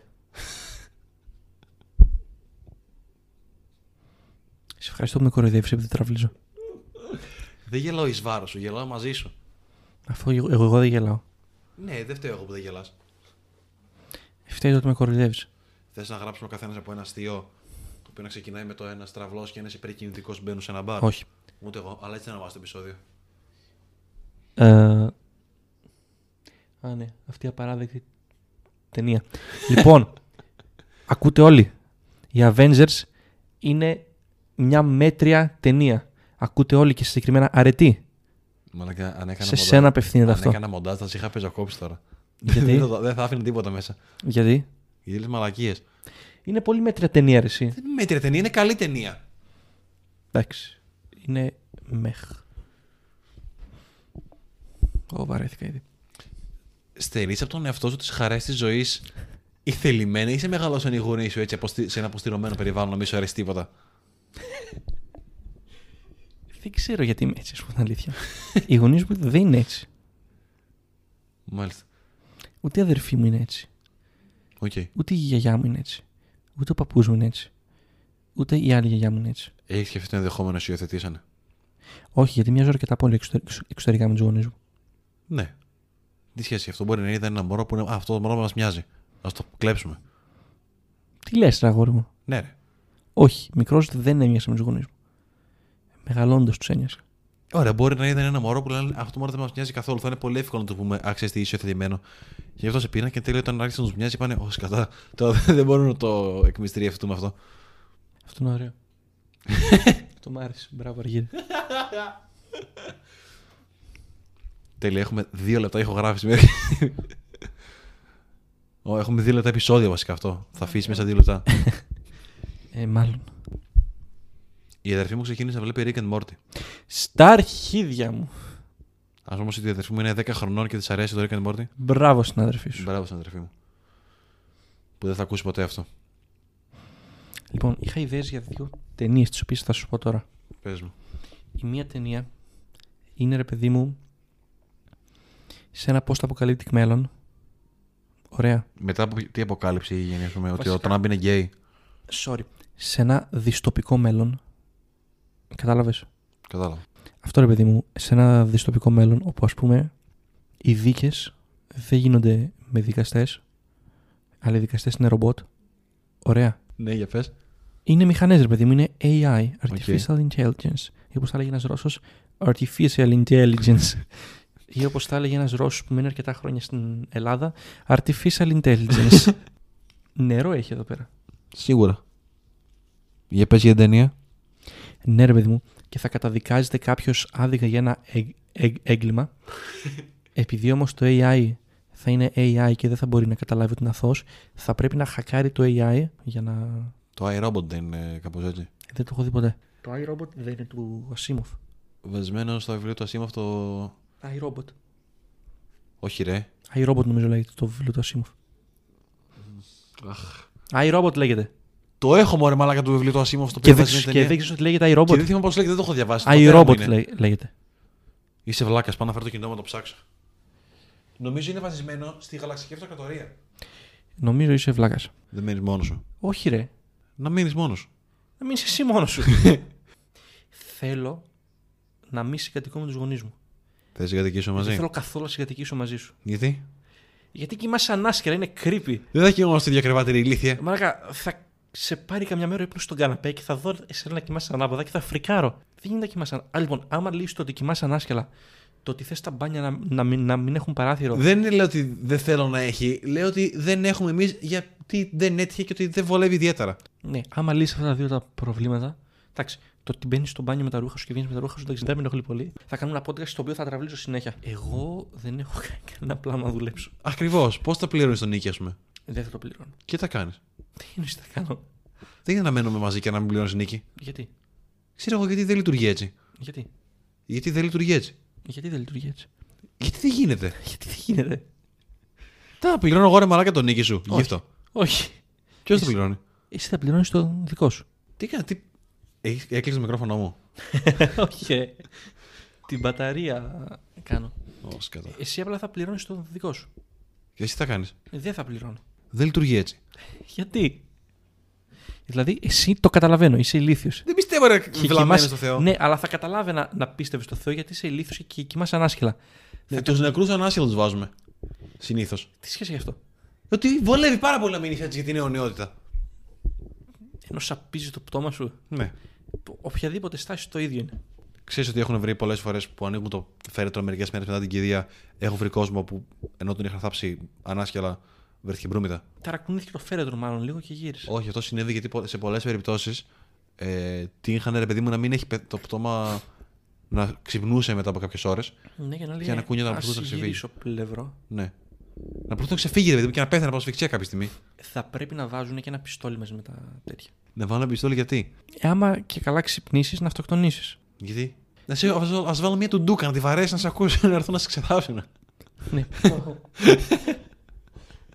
B: Σε ευχαριστώ που με κοροϊδεύεις επειδή τραυλίζω.
C: Δεν γελάω εις βάρος σου, γελάω μαζί σου.
B: Αυτό εγώ, εγώ δεν γελάω.
C: Ναι, δεν φταίω εγώ που δεν γελάς.
B: Φταίει το ότι με κοροϊδεύεις.
C: Θες να γράψουμε ο καθένας από ένα αστείο το οποίο να ξεκινάει με το ένα τραυλό και ένα υπερκινητικό μπαίνουν σε ένα μπαρ.
B: Όχι.
C: Ούτε εγώ, αλλά έτσι δεν αναβάζω το επεισόδιο.
B: Ε, α, ναι. Αυτή η απαράδεκτη ταινία. λοιπόν, ακούτε όλοι. Οι Avengers είναι μια μέτρια ταινία. Ακούτε όλοι και συγκεκριμένα αρετή.
C: Μαλάκα, αν έκανα
B: σε σένα απευθύνεται
C: αν
B: αυτό.
C: έκανα μοντάζ, θα σε είχα πεζοκόψει τώρα.
B: Γιατί?
C: δεν, θα, δεν θα άφηνε τίποτα μέσα.
B: Γιατί?
C: Γιατί λες μαλακίες.
B: Είναι πολύ μέτρια ταινία, ρε, εσύ.
C: Δεν είναι μέτρια ταινία, είναι καλή ταινία.
B: Εντάξει. Είναι μεχ. Ω, βαρέθηκα ήδη.
C: Στερεί από τον εαυτό σου τις χαρές της ζωής ή θελημένα, είσαι μεγάλο οι γονεί σου έτσι αποστη- σε ένα αποστηρωμένο περιβάλλον να μην σου αρέσει τίποτα.
B: Δεν ξέρω γιατί είμαι έτσι, ας πούμε την αλήθεια. Οι γονείς μου δεν είναι έτσι.
C: Μάλιστα.
B: Ούτε η αδερφή μου είναι έτσι.
C: Οκ.
B: Ούτε η γιαγιά μου είναι έτσι. Ούτε ο παππούς μου είναι έτσι. Ούτε η άλλη γιαγιά μου είναι έτσι.
C: Έχει σκεφτεί το ενδεχόμενο σου υιοθετήσανε.
B: Όχι, γιατί μοιάζω αρκετά πολύ εξωτερ- εξω- εξωτερικά με τους γονείς μου.
C: Ναι. Τι σχέση έχει αυτό. Μπορεί να είδαν ένα μωρό που είναι. Α, αυτό το μωρό μας μοιάζει. Ας το κλέψουμε.
B: Τι λες, αγόρι μου.
C: Ναι, ρε.
B: Όχι, μικρός δεν έμοιασα με τους γονείς μου. Μεγαλώντας τους ένιωσα.
C: Ωραία, μπορεί να είδαν ένα μωρό που λένε Αυτό το μωρό δεν μας μοιάζει καθόλου. Θα είναι πολύ εύκολο να το πούμε. Άξιε τι είσαι θελημένο. Γι' αυτό σε πήραν και τέλειω όταν άρχισε να τους μοιάζει, είπανε Ω κατά. Τώρα δεν μπορούμε να το εκμυστηριευτούμε αυτό.
B: Αυτό είναι ωραίο. Το μ' άρεσε. Μπράβο, Αργύρι.
C: Τέλεια, έχουμε δύο λεπτά ηχογράφηση μέχρι. Ω, έχουμε δύο λεπτά επεισόδια βασικά αυτό. Θα αφήσεις μέσα δύο λεπτά.
B: Ε, μάλλον.
C: Η αδερφή μου ξεκίνησε να βλέπει Rick and Morty.
B: Στα αρχίδια μου.
C: Ας όμως ότι η αδερφή μου είναι 10 χρονών και της αρέσει το Rick and Morty.
B: Μπράβο, συνάδελφοι σου.
C: Μπράβο στην αδερφή μου. Που δεν θα ακούσει ποτέ αυτό.
B: Λοιπόν, είχα ιδέες για δύο ταινίες, τις οποίες θα σου πω τώρα.
C: Πες μου.
B: Η μία ταινία είναι ρε παιδί μου σε ένα post-apocalyptic μέλλον. Ωραία.
C: Μετά από τι αποκάλυψη είχε γίνει, ας πούμε, ότι ο
B: Βασικά.
C: Τραμπ είναι γκέι.
B: Sorry. Σε ένα δυστοπικό μέλλον. Κατάλαβες.
C: Κατάλαβα.
B: Αυτό ρε παιδί μου, σε ένα δυστοπικό μέλλον όπου ας πούμε οι δίκες δεν γίνονται με δικαστές, αλλά οι δικαστές είναι ρομπότ. Ωραία.
C: Ναι, για πες.
B: Είναι μηχανές ρε παιδί μου, είναι AI, Artificial Intelligence. Ή όπως θα έλεγε ένας Ρώσος, Artificial Intelligence. *laughs* Ή όπως θα έλεγε ένας Ρώσος που μένει αρκετά χρόνια στην Ελλάδα, Artificial Intelligence. *laughs* Νερό έχει εδώ πέρα.
C: Σίγουρα. Για πες για την ταινία.
B: Ναι, ρε παιδί μου, και θα καταδικάζεται κάποιος άδικα για ένα εγ- εγ- *laughs* έγκλημα. Επειδή όμως το AI θα είναι AI και δεν θα μπορεί να καταλάβει ότι είναι αθώος, θα πρέπει να χακάρει το AI για να.
C: Το iRobot δεν είναι κάπως έτσι.
B: Δεν το έχω δει ποτέ. Το iRobot δεν είναι του Asimov.
C: Βασμένο στο βιβλίο του Ασίμ αυτό.
B: iRobot.
C: Όχι ρε.
B: iRobot νομίζω λέγεται το βιβλίο του Asimov. Αχ. iRobot λέγεται.
C: Το έχω μωρέ μαλάκα του βιβλίου του Ασίμ αυτό
B: Και
C: που
B: δεν,
C: διαβάζει μια
B: και δεν
C: ταινία.
B: ξέρω ότι λέγεται
C: Και δεν
B: iRobot.
C: θυμάμαι πώς λέγεται, δεν το έχω διαβάσει. Το πατέρα μου
B: iRobot
C: είναι.
B: λέ- λέγεται.
C: Είσαι βλάκας, πάω να φέρω το κινητό μου να το ψάξω. Νομίζω είναι βασισμένο στη γαλαξική αυτοκρατορία.
B: Νομίζω είσαι βλάκας.
C: Δεν μένεις μόνος σου.
B: Όχι, ρε.
C: Να μείνεις μόνος σου.
B: Να μείνεις εσύ μόνος
C: *laughs*
B: σου. θέλω να μην συγκατοικώ με τους γονείς μου.
C: Ναι. Θες να κατοικήσω μαζί.
B: Δεν θέλω καθόλου να συγκατοικήσω μαζί σου.
C: Γιατί?
B: Γιατί κοιμάσαι ανάσκελα, είναι creepy.
C: Δεν θα κοιμόμαστε ίδια κρεβάτι, ρε ηλίθεια.
B: Μαλάκα, θα σε πάρει καμιά μέρα ύπνος στον καναπέ και θα δω εσένα να κοιμάσαι ανάποδα και θα φρικάρω. Δεν γίνεται να κοιμάσαι ανάποδα. Λοιπόν, άμα λύσει το ότι κοιμάσαι ανάσκελα, το ότι θες τα μπάνια να, να, μην, να μην έχουν παράθυρο.
C: Δεν λέω ότι δεν θέλω να έχει. Λέω ότι δεν έχουμε εμείς γιατί δεν έτυχε και ότι δεν βολεύει ιδιαίτερα.
B: Ναι, άμα λύσεις αυτά τα δύο τα προβλήματα. Εντάξει, το ότι μπαίνεις στο μπάνιο με τα ρούχα σου και βγαίνεις με τα ρούχα σου, εντάξει, δεν με ενοχλεί πολύ. Θα κάνω ένα podcast στο οποίο θα τραβλίζω συνέχεια. Εγώ δεν έχω *laughs* κανένα πλάνο να δουλέψω.
C: Ακριβώς. Πώς τα πληρώνεις τον νίκη, ας πούμε.
B: Δεν θα το πληρώνω.
C: Και τα κάνεις.
B: Τι εννοεί θα κάνω.
C: Δεν είναι να μένουμε μαζί και να μην πληρώνεις νίκη.
B: Γιατί,
C: Ξέρω εγώ γιατί δεν λειτουργεί έτσι.
B: γιατί,
C: Γιατί δεν λειτουργεί έτσι.
B: γιατί δεν λειτουργεί έτσι. Ε,
C: Γιατί δεν γίνεται.
B: Γιατί δεν γίνεται.
C: Τα πληρώνω εγώ ρε μαλάκα τον νίκη σου. Γι' αυτό.
B: Όχι.
C: Ποιος το πληρώνει.
B: Εσύ θα πληρώνεις το δικό σου.
C: Τι κάνει, τι. Έχεις- Έκλεισε το μικρόφωνο μου.
B: Όχι. ε. Την μπαταρία κάνω.
C: Ω κατά.
B: Εσύ απλά θα πληρώνεις το δικό σου.
C: Και εσύ τι θα κάνεις.
B: Δεν θα πληρώνω.
C: Δεν λειτουργεί έτσι.
B: Γιατί. Δηλαδή, εσύ το καταλαβαίνω, είσαι ηλίθιος.
C: Δεν πιστεύω ρε βλαμμένος
B: κοιμάσαι-
C: στο Θεό.
B: Ναι, αλλά θα καταλάβαινα να πίστευες στο Θεό γιατί είσαι ηλίθιος και κοιμάσαι ανάσχελα.
C: Ναι, του νεκρούς ανάσχελα τους βάζουμε. Συνήθως.
B: Τι σχέση έχει αυτό.
C: Ότι βολεύει πάρα πολύ να μείνει έτσι για την αιωνιότητα.
B: Ενώ σαπίζει το πτώμα σου.
C: Ναι.
B: Οποιαδήποτε στάση το ίδιο είναι.
C: Ξέρεις ότι έχουν βρει πολλές φορές που ανοίγουν το φέρετρο μερικές μέρες μετά την κηδεία. Έχουν βρει κόσμο που ενώ τον είχαν θάψει ανάσχελα βρέθηκε μπρούμητα.
B: Ταρακουνήθηκε το φέρετρο μάλλον λίγο και γύρισε.
C: Όχι, αυτό συνέβη γιατί πο- σε πολλές περιπτώσεις ε, τι είχαν ρε παιδί μου να μην έχει πε- το πτώμα να ξυπνούσε μετά από κάποιες ώρες.
B: Ναι, για να λέει.
C: Και να ακούνιεται να
B: «Ας
C: προσπαθούσε να ξεφύγει».
B: γυρίσω πλευρό.
C: Ναι. Να πρώτα ξεφύγει ρε παιδί μου και να πέθανε από ασφυξία κάποια στιγμή.
B: Θα πρέπει να βάζουν και ένα πιστόλι μαζί με τα τέτοια.
C: Να βάλω ένα πιστόλι γιατί.
B: άμα και καλά ξυπνήσεις, να αυτοκτονήσεις.
C: Γιατί. Να σε, ας, ας βάλω μια του ντούκα να τη βαρέσει να σε ακούσω *laughs* να έρθω να σε ξεδάψουν.
B: ναι. *laughs*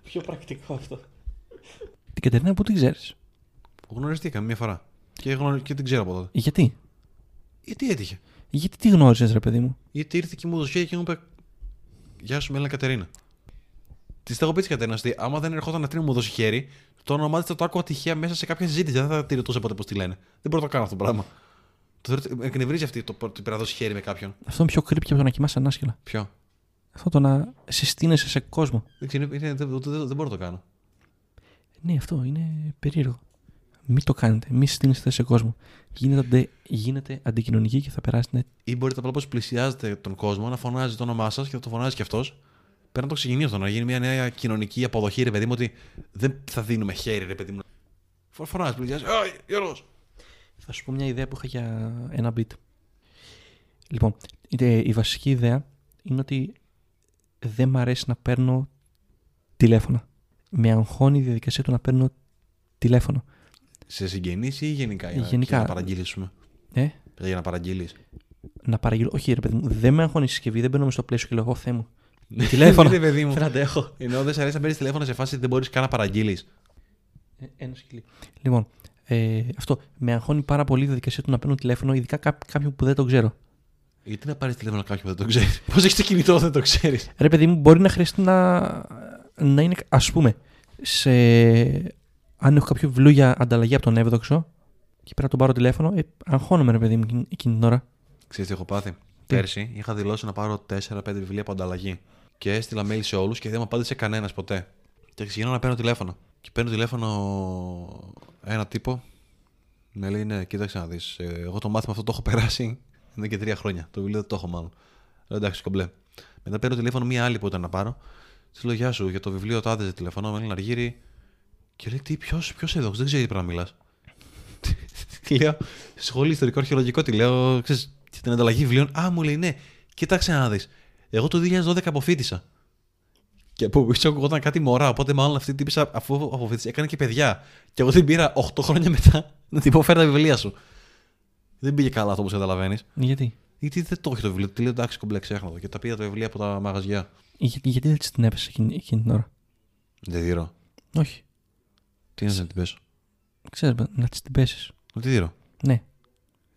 B: Πιο πρακτικό αυτό. Την Κατερίνα που την ξέρεις.
C: Γνωριστήκαμε μια φορά. Και, γνω... και την ξέρω από τότε.
B: Γιατί.
C: Γιατί έτυχε.
B: Γιατί τη γνώριζε, ρε παιδί μου.
C: Γιατί ήρθε και μου έδωσε χέρι και μου είπε Γεια σου, Μέλλα Κατερίνα. Τη τα έχω πει τη Κατερίνα ότι άμα δεν ερχόταν αυτή να μου δώσει χέρι, το όνομά της θα το άκουγα τυχαία μέσα σε κάποια συζήτηση. Δεν θα τη ρωτούσα ποτέ πώς τη λένε. Δεν μπορώ να το κάνω αυτό το πράγμα. Το θεωρώ ότι με εκνευρίζει αυτή το ότι πρέπει να δώσει χέρι με κάποιον.
B: Αυτό είναι πιο creepy από το να κοιμάσαι ανάσχελα.
C: Ποιο.
B: Αυτό το να συστήνεσαι σε κόσμο.
C: Δεν, ξέρω, είναι- δεν, δεν, δεν μπορώ να το κάνω.
B: Ναι, αυτό είναι περίεργο. Μην το κάνετε. Μην συστήνεστε σε κόσμο. Γίνεται, αντε- γίνεται αντικοινωνική και θα περάσετε.
C: Ή μπορείτε απλά όπως πλησιάζετε τον κόσμο να φωνάζει το όνομά σας και θα το φωνάζει κι αυτός. Πρέπει να το ξεκινήσει αυτό, να γίνει μια νέα κοινωνική αποδοχή, ρε παιδί μου, ότι δεν θα δίνουμε χέρι, ρε παιδί μου. Φω- Φωνάζει, πλησιάζει. Αϊ, Γιώργος!
B: Θα σου πω μια ιδέα που είχα για ένα beat. Λοιπόν, ε, η βασική ιδέα είναι ότι δεν μ' αρέσει να παίρνω τηλέφωνα. Με αγχώνει η διαδικασία του να παίρνω τηλέφωνο.
C: Σε συγγενείς ή γενικά για, να-
B: Γενικά.
C: για να παραγγείλουμε.
B: Ε?
C: Για να παραγγείλεις.
B: Να παραγγείλω. Όχι, ρε παιδί μου, δεν με αγχώνει η συσκευή, δεν μπαίνω μες στο πλαίσιο και λέω εγώ μου. Τηλέφωνο.
C: Ναι, παιδί μου.
B: Δεν αντέχω.
C: Ενώ δεν σε αρέσει να παίρνεις τηλέφωνο σε φάση ότι δεν μπορείς καν να παραγγείλεις.
B: Ε, Ένα σκυλί. Λοιπόν, ε, αυτό. Με αγχώνει πάρα πολύ η διαδικασία του να παίρνω τηλέφωνο, ειδικά κά, κάποιον που δεν τον ξέρω.
C: Γιατί να πάρει τηλέφωνο κάποιον που δεν το ξέρεις. Πώς έχει το κινητό, δεν το ξέρεις.
B: Ρε παιδί μου, μπορεί να χρειαστεί να, να είναι, ας πούμε, σε, αν έχω κάποιο βιβλίο για ανταλλαγή από τον έβδοξο και πέρα τον πάρω τηλέφωνο, ε, αγχώνομαι ρε παιδί μου εκείνη- εκείνη την ώρα.
C: Ξέρεις τι έχω πάθει. Πέρσι είχα δηλώσει να πάρω 4-5 βιβλία από ανταλλαγή. Και έστειλα mail σε όλους και δεν μου απάντησε κανένας ποτέ. Και ξεκινάω να παίρνω τηλέφωνο. Και παίρνω τηλέφωνο ένα τύπο. Με λέει, ναι, κοίταξε να δεις. Εγώ το μάθημα αυτό το έχω περάσει εδώ και τρία χρόνια. Το βιβλίο δεν το έχω μάλλον. Λέω εντάξει, κομπλέ. Μετά παίρνω τηλέφωνο μία άλλη που ήταν να πάρω. Της λέω, Γεια σου, για το βιβλίο τάδε δεν τηλεφωνώ, με λένε Αργύρι. Και λέει, Τι, ποιος εδώ, δεν ξέρει τι πρέπει να μιλάς. Τη *laughs* λέω, σχολή ιστορικό αρχαιολογικό, τη λέω, ξέρεις, για την ανταλλαγή βιβλίων. Α, μου λέει, ναι, κοίταξε να δεις. Εγώ το 2012 αποφύτησα. Και από πίσω ακούγονταν κάτι μωρά. Οπότε, μάλλον αυτή η τύπησα, αφού αποφύτησε, έκανε και παιδιά. Και εγώ την πήρα 8 χρόνια μετά να την πω, φέρε τα βιβλία σου. Δεν πήγε καλά αυτό που καταλαβαίνεις.
B: Γιατί,
C: Γιατί δεν το έχει το βιβλίο. Τη λέω, εντάξει, κομπλέ, ξέχνω το. Και τα πήρα τα βιβλία από τα μαγαζιά.
B: για, γιατί δεν της την έπεσε εκείνη, εκείνη την ώρα.
C: Δεν δειρώ.
B: Όχι,
C: Τι είναι να την πέσω.
B: ξέρεις, να της την πέσεις.
C: Να τη δειρώ.
B: Ναι.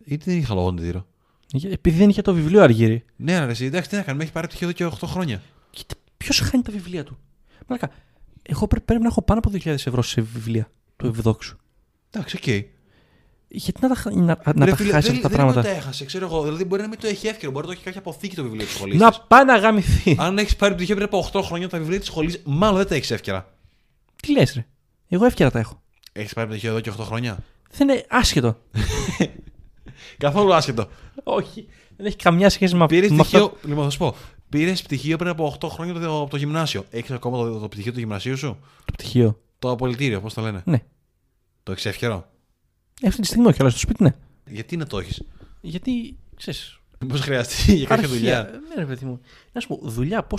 C: Γιατί δεν είχα λόγο να τη δειρώ.
B: Για- Επειδή δεν είχε το βιβλίο αργύρι.
C: Ναι, ρε, εσύ, εντάξει, τι να κάνουμε, έχει πάρει πτυχίο εδώ και 8 χρόνια.
B: Κοίτα, ποιος χάνει τα βιβλία του. Μαλάκα, εγώ πρέ- πρέπει να έχω πάνω από 2.000 ευρώ σε βιβλία του ευδόξου.
C: Εντάξει, οκ. Okay.
B: Γιατί να τα, χα- να, να τα χάσει αυτά τα πράγματα.
C: Δεν το έχασε, ξέρω εγώ. Δηλαδή μπορεί να μην το έχει εύκαιρο, μπορεί να το έχει κάποια αποθήκη το βιβλίο της σχολής.
B: Να πάει να γαμηθεί.
C: Αν έχεις πάρει πτυχίο πριν από 8 χρόνια τα βιβλία της σχολής, μάλλον δεν τα έχεις εύκαιρα.
B: Τι λες, ρε. Εγώ εύκαιρα τα έχω.
C: Έχεις πάρει πτυχίο εδώ και 8 χρόνια.
B: Δεν είναι άσχετο.
C: Καθόλου άσχετο.
B: Όχι. Δεν έχει καμιά σχέση με
C: Πήρες
B: με
C: πτυχίο.
B: αυτό.
C: Λοιπόν, θα σου πω. Πήρες πτυχίο πριν από 8 χρόνια από το, από το γυμνάσιο. Έχεις ακόμα το, το πτυχίο του γυμνασίου σου.
B: Το πτυχίο.
C: Το απολυτήριο, πώς το λένε.
B: Ναι.
C: Το έχεις εύκαιρο.
B: Ε, Αυτή τη στιγμή όχι, αλλά στο σπίτι ναι.
C: Γιατί να το έχεις.
B: Γιατί ξέρεις.
C: Μήπω χρειαστεί *laughs* για κάποια δουλειά.
B: Ναι, ρε παιδί μου. Να σου πω, δουλειά πώς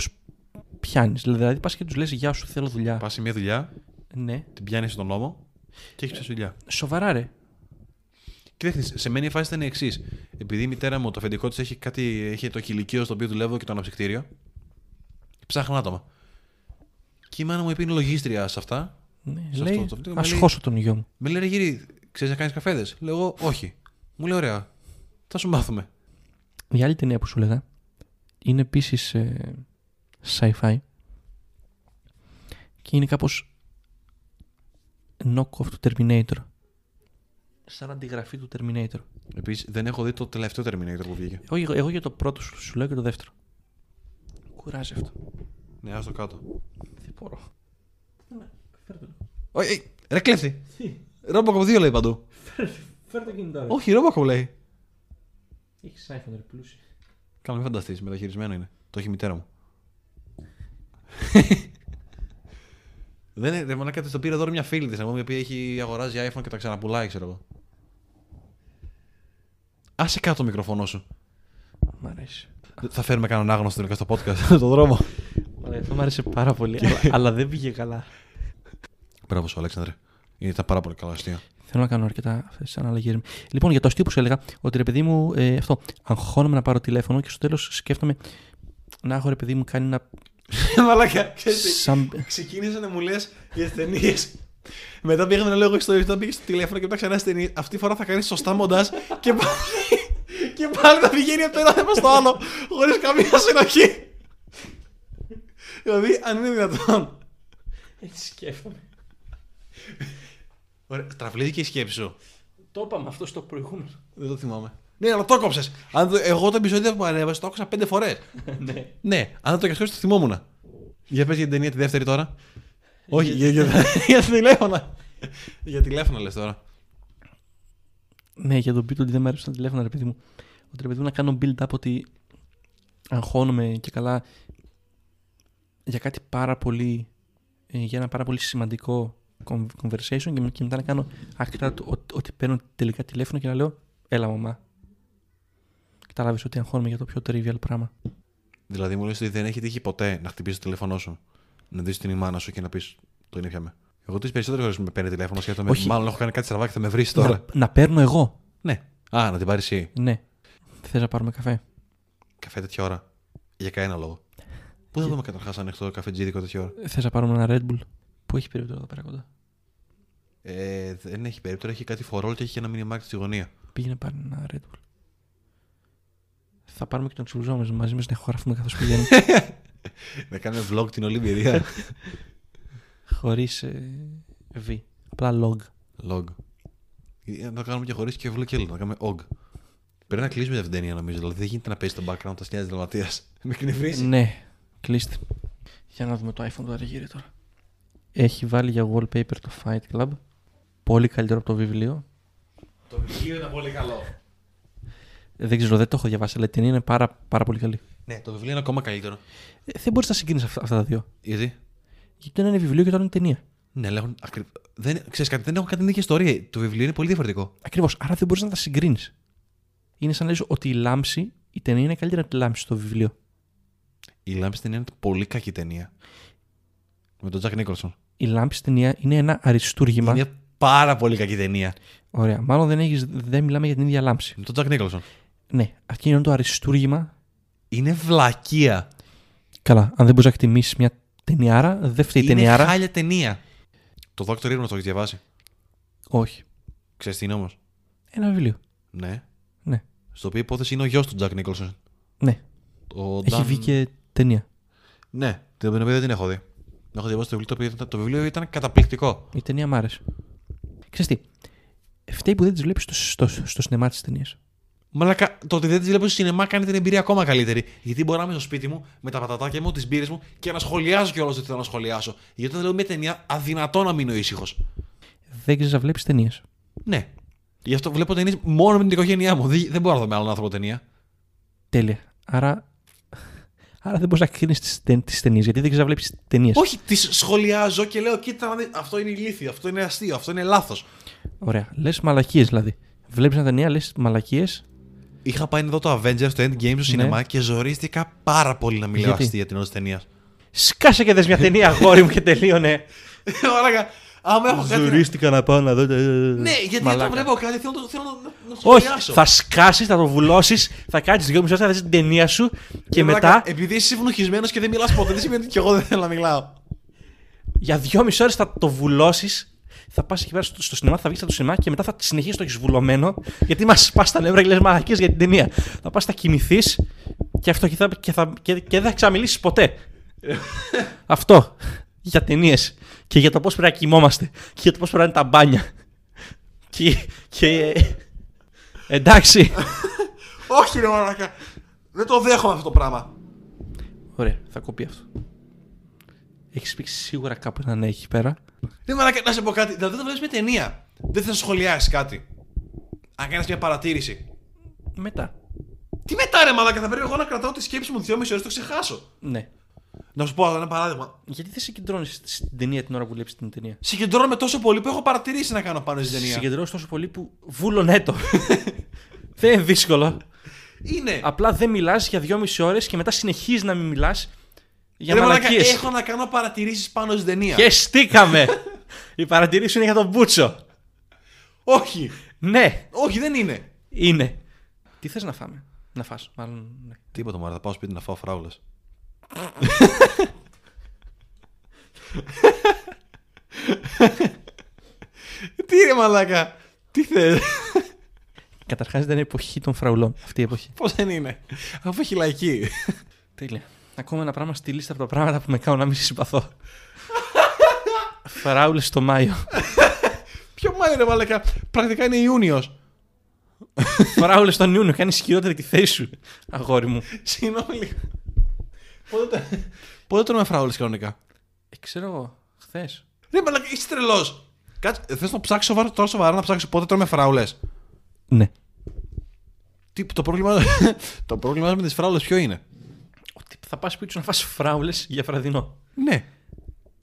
B: πιάνεις. Δηλαδή, πας και τους λες: Γεια σου, θέλω δουλειά.
C: Πας σε μια δουλειά,
B: Ναι.
C: την πιάνεις στον νόμο και έχεις δουλειά.
B: Σοβαρά, ρε.
C: Κοιτάξτε, σε μένα η φάση ήταν η εξής. Επειδή η μητέρα μου, το αφεντικό της, έχει, κάτι, έχει το κηλικείο στο οποίο δουλεύω και το αναψυκτήριο, ψάχνω άτομα. Και η μάνα μου είπε είναι λογίστρια σε αυτά.
B: Ναι,
C: Σε
B: λέει,
C: αυτό το βίντεο,
B: ας
C: λέει-
B: χώσω τον γιο μου.
C: Με λέει, «Ρε γύρι, ξέρεις να κάνεις καφέδες. Λέω, εγώ, όχι. Μου λέει, ωραία. Θα σου μάθουμε.
B: Η άλλη ταινία που σου λέγα είναι επίσης ε, sci-fi και είναι κάπως knock-off του Terminator. Σαν αντιγραφή του Terminator.
C: Επίσης, δεν έχω δει το τελευταίο Terminator που βγήκε.
B: Εγώ, εγώ, εγώ για το πρώτο σου, σου λέω και το δεύτερο. Κουράζει αυτό.
C: Ναι, άστο κάτω.
B: Δεν μπορώ.
C: Όχι, ε, ρε κλέφτη. Ρόμπακοπ 2 λέει παντού.
B: Φέρε το κινητό, ρε.
C: Όχι, Ρόμπακοπ λέει.
B: Έχεις iPhone, ρε πλούσιο.
C: Καλά, μην φανταστείς, μεταχειρισμένο είναι. Το έχει η μητέρα μου. *laughs* Δεν είναι, ρε μαλάκα, της το πήρε δώρο μια φίλη της, εγώ, η οποία έχει αγοράζει iPhone και τα ξαναπουλάει, ξέρω εγώ. Άσε κάτω το μικροφωνό σου.
B: Μ' αρέσει.
C: Δεν Θα φέρουμε κανέναν άγνωστο τελικά *laughs* στο podcast, στον δρόμο.
B: Μ' αρέσει. Αυτό μ' άρεσε πάρα πολύ, αλλά, αλλά δεν πήγε καλά.
C: Μπράβο σου, Αλέξανδρε. Είναι τα πάρα πολύ καλά αστεία.
B: Θέλω να κάνω αρκετά αυτές τις αναλλαγέ. Λοιπόν, για το αστείο που σου έλεγα, ότι ρε παιδί μου, ε, αυτό, αγχώνομαι να πάρω τηλέφωνο και στο τέλος σκέφτομαι να έχω ρε παιδί μου κάνει *laughs* ένα.
C: Μαλάκα,
B: Σαν...
C: ξεκίνησε να μου λες για τι ταινίε. Μετά πήγαμε να λέω εγώ ιστορίε, μετά πήγες στο τηλέφωνο και μετά ξανά στι ταινίε. Αυτή τη φορά θα κάνεις σωστά μοντάζ και πάλι, και πάλι θα πηγαίνει από το ένα θέμα στο άλλο, χωρίς καμία συνοχή. δηλαδή, αν είναι δυνατόν.
B: Έτσι σκέφτομαι.
C: Ωραία, τραυλήθηκε η σκέψη σου.
B: Το είπαμε αυτό στο προηγούμενο.
C: Δεν το θυμάμαι. Ναι, αλλά το έκοψε. Εγώ το επεισόδιο που ανέβασε το άκουσα πέντε φορές.
B: ναι.
C: *laughs* Ναι, αν δεν το κερδίσει, το θυμόμουν. Για πες για την ταινία τη δεύτερη τώρα. Όχι, για, για, *laughs* για τηλέφωνα. για τηλέφωνα λες τώρα.
B: Ναι, για τον beat ότι δεν μου άρεσε τα τηλέφωνα, ρε παιδί μου. Ότι ρε παιδί μου να κάνω build-up ότι αγχώνομαι και καλά για κάτι πάρα πολύ. ε, για ένα πάρα πολύ σημαντικό con- conversation και, και μετά να κάνω άκτα του ότι- ότι παίρνω τελικά τηλέφωνο και να λέω Έλα, μαμά. Κατάλαβες ότι αγχώνομαι για το πιο trivial πράγμα.
C: Δηλαδή μου λες ότι δεν έχει τύχει ποτέ να χτυπήσει το τηλέφωνό σου, να δεις την ημάνα σου και να πεις Το είναι πια με. Εγώ τις περισσότερες φορές με παίρνει τηλέφωνο σκέφτομαι.
B: Όχι.
C: Μάλλον έχω κάνει κάτι στραβά και θα με βρεις τώρα.
B: Να, να παίρνω εγώ.
C: Ναι. Α, να την πάρεις εσύ.
B: Ναι. Θες να πάρουμε καφέ.
C: Καφέ τέτοια ώρα. Για κανένα λόγο. Πού θα δούμε καταρχάς αν έχει το καφετζίδικο τέτοια ώρα.
B: Θες να πάρουμε ένα Red Bull. Πού έχει περίπτωση εδώ πέρα κοντά.
C: Ε, δεν έχει περίπτωση. Έχει κάτι φορόλ και έχει και ένα μήνυμα στη γωνία.
B: Πήγαινε πάρει ένα Red Bull. Θα πάρουμε και τον ξυλουζόμενο μαζί μας να ηχογραφούμε καθώς *laughs* πηγαίνει.
C: να κάνουμε vlog την όλη *laughs* εμπειρία.
B: Χωρίς ε, V. Απλά log.
C: log. Ή Να το κάνουμε και χωρίς και vlog και να κάνουμε og. Πρέπει να κλείσουμε την Ευδένεια νομίζω. Δηλαδή δεν γίνεται να παίζει το background τα σνιάζει δραματία. Με κνευρίζει.
B: Ναι, κλείστε. Για να δούμε το iPhone του Αργύρι τώρα. Έχει βάλει για wallpaper το Fight Club. Πολύ καλύτερο από το βιβλίο.
C: Το βιβλίο είναι πολύ καλό.
B: Ε, Δεν ξέρω, δεν το έχω διαβάσει, αλλά η ταινία είναι πάρα, πάρα πολύ καλή.
C: Ναι, το βιβλίο είναι ακόμα καλύτερο.
B: Ε, δεν μπορείς να συγκρίνεις αυτά, αυτά τα δύο.
C: Γιατί?
B: Γιατί το ένα είναι βιβλίο και το άλλο είναι ταινία.
C: Ναι, αλλά έχουν. Ακρι... Δεν... Ξέρεις κάτι, δεν έχουν κάνει την ίδια ιστορία. Το βιβλίο είναι πολύ διαφορετικό.
B: Ακριβώς. Άρα δεν μπορείς να τα συγκρίνεις. Είναι σαν να λες ότι η λάμψη, η ταινία είναι καλύτερα από τη λάμψη στο βιβλίο.
C: Η Λάμπη στην είναι πολύ κακή ταινία. Με τον Τζακ Νίκολσον.
B: Η λάμψη στην ταινία είναι ένα αριστούργημα.
C: Είναι πάρα πολύ κακή ταινία.
B: Ωραία. Μάλλον δεν, έχεις, δεν μιλάμε για την ίδια λάμψη.
C: Με τον Τζακ Νίκολσον.
B: Ναι, αυτή είναι το αριστούργημα.
C: Είναι βλακεία.
B: Καλά, αν δεν μπορείς να εκτιμήσεις μια ταινιάρα, δεν φταίει η
C: είναι
B: ταινιάρα.
C: χάλια ταινία. Το Dr. Ήρωνος το έχεις διαβάσει.
B: Όχι.
C: Ξέρεις τι είναι όμως.
B: Ένα βιβλίο.
C: Ναι.
B: Ναι.
C: Στο οποίο η υπόθεση είναι ο γιος του Τζακ Νίκολσον.
B: Ναι.
C: Ο
B: Έχει
C: Dan-
B: βγει και ταινία.
C: Ναι, την οποία δεν την έχω δει. Έχω διαβάσει το βιβλίο, το οποίο ήταν, το βιβλίο ήταν καταπληκτικό.
B: Η ταινία μ' άρεσε. Ξέρεις τι. Φταίει που δεν τις βλέπεις στο, στο, στο σινεμά της ταινίας.
C: Μαλακα, το ότι δεν τις βλέπω στο σινεμά κάνει την εμπειρία ακόμα καλύτερη. Γιατί μπορώ να είμαι στο σπίτι μου με τα πατατάκια μου, τις μπύρες μου και να σχολιάζω κιόλας ότι θέλω να σχολιάσω. Γιατί όταν λέω μια ταινία, αδυνατό να μείνω ήσυχος.
B: Δεν ξέρεις να βλέπεις ταινίες.
C: Ναι. Γι' αυτό βλέπω ταινίες μόνο με την οικογένειά μου. Δεν, δεν μπορώ να δω με άλλον άνθρωπο ταινία.
B: Τέλεια. Άρα. *laughs* Άρα δεν μπορείς να κρίνει τι ταινίες γιατί δεν ξέρεις να βλέπεις ταινίες.
C: Όχι, τις σχολιάζω και λέω, κοίτα να δεις, αυτό είναι ηλίθιο, αυτό είναι αστείο, αυτό είναι λάθος.
B: Ωραία. Λες μαλακίες δηλαδή. Βλέπεις μια ταινία, λες μαλακίες.
C: Είχα πάει να δω το Avengers στο Endgame στο σινεμά και ζορίστηκα πάρα πολύ να μιλάω
B: Ναι. Γιατί?
C: αστεία την ώρα της *laughs* ταινίας.
B: Σκάσε και δες μια ταινία, αγόρι μου και *laughs* τελείωνε.
C: Ωραία, άμα έχω κάτι. να-
B: να πάω να δω. ε,
C: Ναι, γιατί
B: Μαλάκα.
C: όταν βλέπω κάτι θέλω, να το- θέλω να, να
B: Όχι,
C: σχολιάσω.
B: θα σκάσεις, θα το βουλώσεις, θα κάτσει δύο μισέ, θα δεις την ταινία σου και
C: Μαλάκα,
B: μετά
C: Επειδή είσαι ευνοχισμένος και δεν μιλάς ποτέ, δεν σημαίνει ότι και εγώ δεν θέλω να μιλάω.
B: για δύο μισέ ώρε θα το βουλώσεις. Θα πας εκεί πέρα στο, στο σινεμά, θα βγεις από το σινεμά και μετά θα συνεχίσεις το έχεις βουλωμένο. Γιατί μας πας τα νεύρα και λες μαλακίε για την ταινία. Θα πας, θα κοιμηθείς και, αυτό, και, θα, και, θα, και, και δεν θα ξαμιλήσει *laughs* ποτέ. αυτό. Για ταινίες. Και για το πώς πρέπει να κοιμόμαστε. Και για το πώς πρέπει να είναι τα μπάνια. Και. και εντάξει.
C: Όχι, ρε μαλάκα. Δεν το δέχομαι αυτό το πράγμα.
B: Ωραία, θα κοπεί αυτό. Έχεις πει σίγουρα κάπου έναν έχει πέρα.
C: Ρε μαλάκα, να σε πω κάτι. Δηλαδή, όταν βλέπεις μια ταινία, δεν θα σχολιάσεις κάτι. Αν κάνεις μια παρατήρηση.
B: Μετά.
C: Τι μετά, ρε μαλάκα, θα πρέπει εγώ να κρατάω τη σκέψη μου δυόμιση ώρες, το ξεχάσω.
B: Ναι.
C: Να σου πω άλλο ένα παράδειγμα.
B: Γιατί δεν συγκεντρώνεις στην ταινία την ώρα που βλέπεις την ταινία.
C: Συγκεντρώνομαι τόσο πολύ που έχω παρατηρήσει να κάνω πάνω στην ταινία.
B: Συγκεντρώνεις τόσο πολύ που βούλωνε *laughs* το. δεν είναι δύσκολο.
C: Είναι.
B: Απλά δεν μιλάς για δυόμιση ώρες και μετά συνεχίζεις να μην μιλάς για
C: Ρε μαλάκα,
B: μαλακίες.
C: έχω να κάνω παρατηρήσεις πάνω στην ταινία.
B: Και στήκαμε! Η παρατηρήση είναι για τον Μπούτσο.
C: Όχι,
B: Ναι,
C: όχι, δεν είναι.
B: είναι. Τι θες να φάμε. Να φας, μάλλον. Ναι.
C: Τίποτα μάρα, θα πάω σπίτι να φάω φράουλες. Τι ρε μαλάκα, τι θες,
B: Καταρχάς δεν είναι εποχή των φραουλών. Αυτή η εποχή.
C: πώς δεν είναι, αφού έχει λαϊκή.
B: Τέλεια. Ακόμα ένα πράγμα στη λίστα από τα πράγματα που με κάνουν να μην σε συμπαθώ. *laughs* Φράουλε το Μάιο.
C: Ποιο μάλλον ρε μαλάκα, πρακτικά είναι Ιούνιος.
B: Φράουλε τον Ιούνιο. Κάνει χειρότερη τη θέση σου, αγόρι μου.
C: Συγγνώμη λίγο. Πότε το- Πότε τρώμε φράουλε κανονικά.
B: Ε, ξέρω εγώ, χθες.
C: Ρε μαλάκα, είσαι τρελός. Κάτσε, θες να ψάξω σοβαρά, τώρα σοβαρά να ψάξω πότε τρώμε φράουλε.
B: Ναι.
C: Τι, το πρόβλημα, το πρόβλημα με τις φράουλε ποιο είναι.
B: Ότι θα πας πίσω να φας φράουλε για βραδινό.
C: Ναι,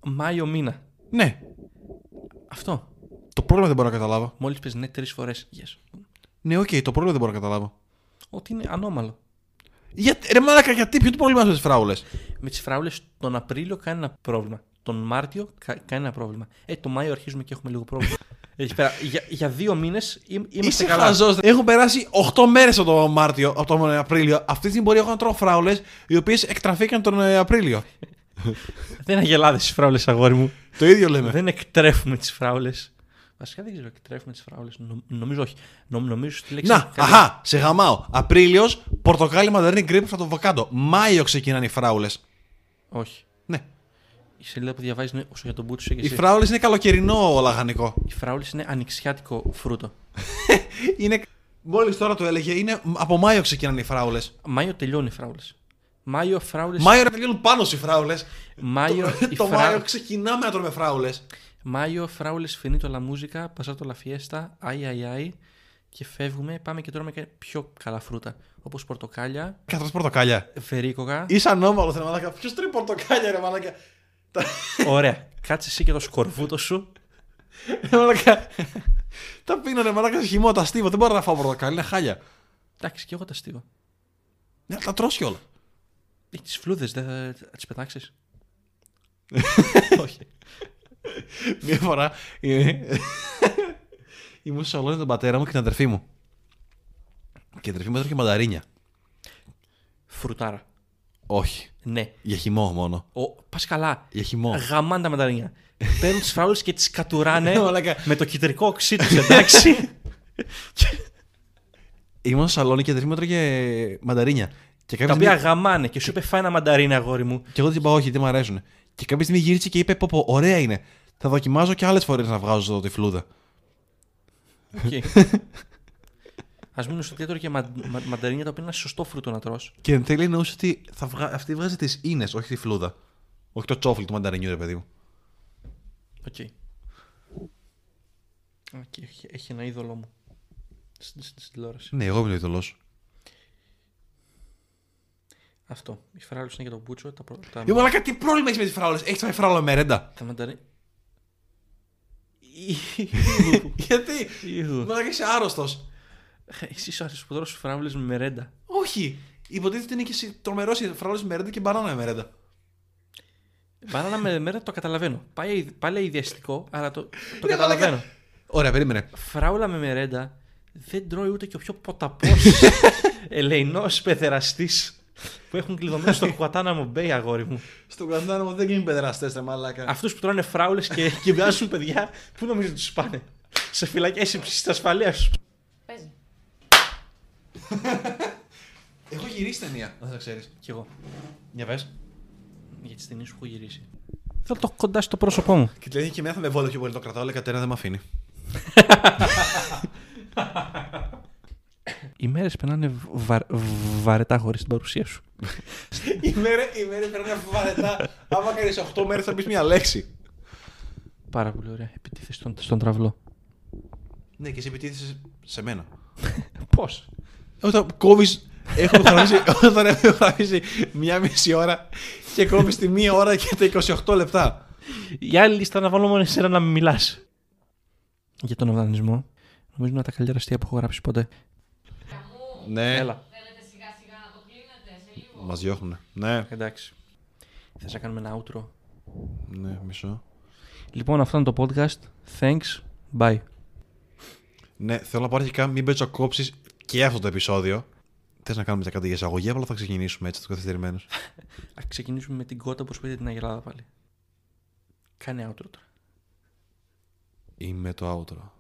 B: Μάιο μήνα.
C: ναι.
B: Αυτό.
C: Το πρόβλημα δεν μπορώ να καταλάβω.
B: Μόλις πει ναι τρεις φορές. Yes.
C: Ναι, οκ, το πρόβλημα δεν μπορώ να καταλάβω.
B: Ότι είναι ανώμαλο.
C: Γιατί, ρε μαλάκα, γιατί, ποιο είναι το πρόβλημα με τις φράουλες.
B: Με τις φράουλες τον Απρίλιο κάνει ένα πρόβλημα. Τον Μάρτιο κα- κάνει ένα πρόβλημα. Ε, το Μάιο αρχίζουμε και έχουμε λίγο *laughs* πρόβλημα. Εκεί πέρα, για, για δύο μήνες είμαστε
C: Είσαι
B: καλά.
C: χαζός. Έχουν περάσει 8 μέρες από τον Μάρτιο, από τον Απρίλιο. Αυτή την πορεία έχω να τρώω φράουλες, οι οποίες εκτραφήκαν τον ε, Απρίλιο.
B: Δεν αγελάδες τις φράουλες, αγόρι μου.
C: Το ίδιο λέμε.
B: δεν εκτρέφουμε τις φράουλες. Βασικά δεν ξέρω, εκτρέφουμε τις φράουλες. νομίζω όχι. Νομ, νομίζω στη λέξη.
C: Να, αχά, σε γαμάω. Απρίλιος, πορτοκάλι, μανταρίνι, γκρίπ, φρατοβοκάντο. Μάιο ξεκινάνε οι φράουλες.
B: Όχι.
C: Ναι.
B: Η σελίδα που διαβάζεις είναι όσο για τον Μπούτσο και
C: Οι
B: εσύ.
C: φράουλες είναι καλοκαιρινό λαγανικό.
B: Οι φράουλες είναι ανοιξιάτικο φρούτο.
C: Είναι. Μόλις τώρα το έλεγε, είναι από Μάιο ξεκινάνε οι φράουλες.
B: Μάιο τελειώνει οι φράουλες. Μάιο φράουλες.
C: Μάιο να τελειώνουν πάνω στι φράουλες. *laughs*
B: Μάιο,
C: Το,
B: οι
C: το
B: φρά-
C: Μάιο ξεκινάμε να τρώμε φράουλες.
B: Μάιο, φράουλες, φινίτο la musica, πασάτο la fiesta, αϊ αϊ αϊ. Και φεύγουμε, πάμε και τρώμε και πιο καλά φρούτα. Όπως πορτοκάλια,
C: Καθώ πορτοκάλια. *laughs*
B: βερίκογα.
C: Είσαι ανώμαλος, ρε μαλάκα. Ποιος τρώει πορτοκάλια, ρε μαλάκα. Τα-
B: Ωραία. Κάτσε εσύ και το σκορβούτο σου.
C: ρε Ε, μαλάκα. Τα πίνω, ρε μαλάκα, σε χυμό, τα στίβω. Δεν μπορώ να φάω πορτοκάλι, είναι χάλια.
B: Εντάξει, και εγώ τα στείλω.
C: Ναι, αλλά τα τρώ όλα.
B: Τις φλούδες δεν θα τις πετάξεις.
C: Όχι. Μία φορά ε, ήμουν στο σαλόνι με τον πατέρα μου και την αδερφή μου. Και η αδερφή μου έτρωγε μανταρίνια.
B: Φρουτάρα.
C: Όχι.
B: Ναι.
C: Για χυμό μόνο.
B: Ο... Πας καλά.
C: Για χυμό.
B: Γαμάνε τα μανταρίνια. Παίρνουν τις φράουλες και τις κατουράνε
C: *laughs* Ναι, μαλάκα.
B: με το κυτρικό οξύ τους, εντάξει.
C: Ήμουν στο σαλόνι και η αδερφή μου έτρωγε μανταρίνια. Και κάποια
B: τα οποία
C: στιγμή...
B: γαμάνε και σου είπε φάει ένα μανταρίνα, αγόρι μου.
C: Και εγώ της είπα όχι, δεν μου αρέσουν. Και κάποια στιγμή γύρισε και είπε πω πω, ωραία είναι. Θα δοκιμάζω και άλλες φορές να βγάζω το τυφλούδα.
B: *laughs* Α μείνουν στο θέατρο και μα, μα, μανταρίνια τα οποία είναι ένα σωστό φρούτο να τρως.
C: Και εν τέλει εννοούσε ότι θα βγα... αυτή βγάζει τις ίνες, όχι τη φλούδα. Όχι το τσόφλι του μανταρινιού, ρε παιδί μου.
B: Οκ. Α, και έχει, έχει ένα είδωλό μου. Στην, στην, στην τηλεόραση.
C: Ναι, εγώ είμαι ο ειδωλός.
B: Αυτό. Η φράλους είναι για τον Μπούτσο. Τα, πρω- τα,
C: Ρε Ε, μαλάκα, τι πρόβλημα έχεις με τις φράουλες. Έχεις φάει φράουλα μερέντα.
B: τα μανταρίνια.
C: Γιατί, μαλάκα είσαι άρρωστος.
B: Εσύ σου άρεσε που τρως φράουλες με μερέντα.
C: Όχι. Υποτίθεται είναι και εσύ τρομερός οι φράουλες μερέντα και μπανάνα μερέντα.
B: Μπανάνα με μερέντα το καταλαβαίνω. Πάει, πάλι ιδιαστικό, αλλά το, το
C: Ρε, μαλάκα.
B: καταλαβαίνω.
C: Ωραία, περίμενε.
B: Φράουλα με μερέντα δεν τρώει ούτε και ο πιο ποταπός *laughs* ελεηνός πεθεραστής που έχουν κλειδωμένο στο Κουατάναμο Μπέι, αγόρι μου.
C: Στον Καντάναμο δεν γίνουν παιδεραστές, ρε μαλάκα.
B: Αυτούς που τρώνε φράουλες *laughs* και, και βγάζουν παιδιά, πού νομίζω τους πάνε. Σε φυλακέ υψηλή ασφαλεία του.
A: Παίζει.
C: Έχω γυρίσει ταινία, να σε ξέρεις.
B: Κι εγώ.
C: Για πες.
B: Για τι ταινίε που έχω γυρίσει. Θέλω το κοντά στο πρόσωπό μου.
C: Και τη λέει και εμένα θα με βόλευε πιο πολύ το κρατάω, αλλά η Κατερίνα δεν με αφήνει.
B: Οι μέρες περνάνε βα... βαρετά χωρίς την παρουσία σου.
C: η μέρα, η μέρα περνάει βαρετά. Άμα κάνεις 8 μέρες θα πει μια λέξη.
B: Πάρα πολύ ωραία. Επιτίθεση στον, στον τραυλό.
C: Ναι, και εσύ επιτίθεσαι σε μένα.
B: Πώς.
C: Ε, Όταν κόβεις. Έχουμε γραμμίσει, *laughs* όταν έχουμε γραμμίσει μια μισή ώρα και κόβεις τη μία ώρα και τα 28 λεπτά.
B: Η άλλη λίστα να βάλω μόνο εσένα να μην μιλάς. Για τον οργανισμό. Νομίζω είναι τα καλύτερα αστεία που έχω γράψει ποτέ.
A: Καμού.
C: Ναι,
B: Έλα.
A: Θέλετε σιγά σιγά να το κλείνετε σε λίγο.
C: μας διώχνουν. Ναι,
B: Εντάξει. Θες να κάνουμε ένα outro.
C: ναι, μισό.
B: Λοιπόν, αυτό είναι το podcast. Thanks. Bye.
C: Ναι, θέλω να πάρει καν μην πετσοκόψει και αυτό το επεισόδιο. Θες να κάνουμε κάτι για εισαγωγή, απλά θα ξεκινήσουμε έτσι, το καθυστερημένο.
B: Ας ξεκινήσουμε με την κότα που σου πήρε την Αγελάδα πάλι. Κάνε outro τώρα.
C: Είμαι το outro.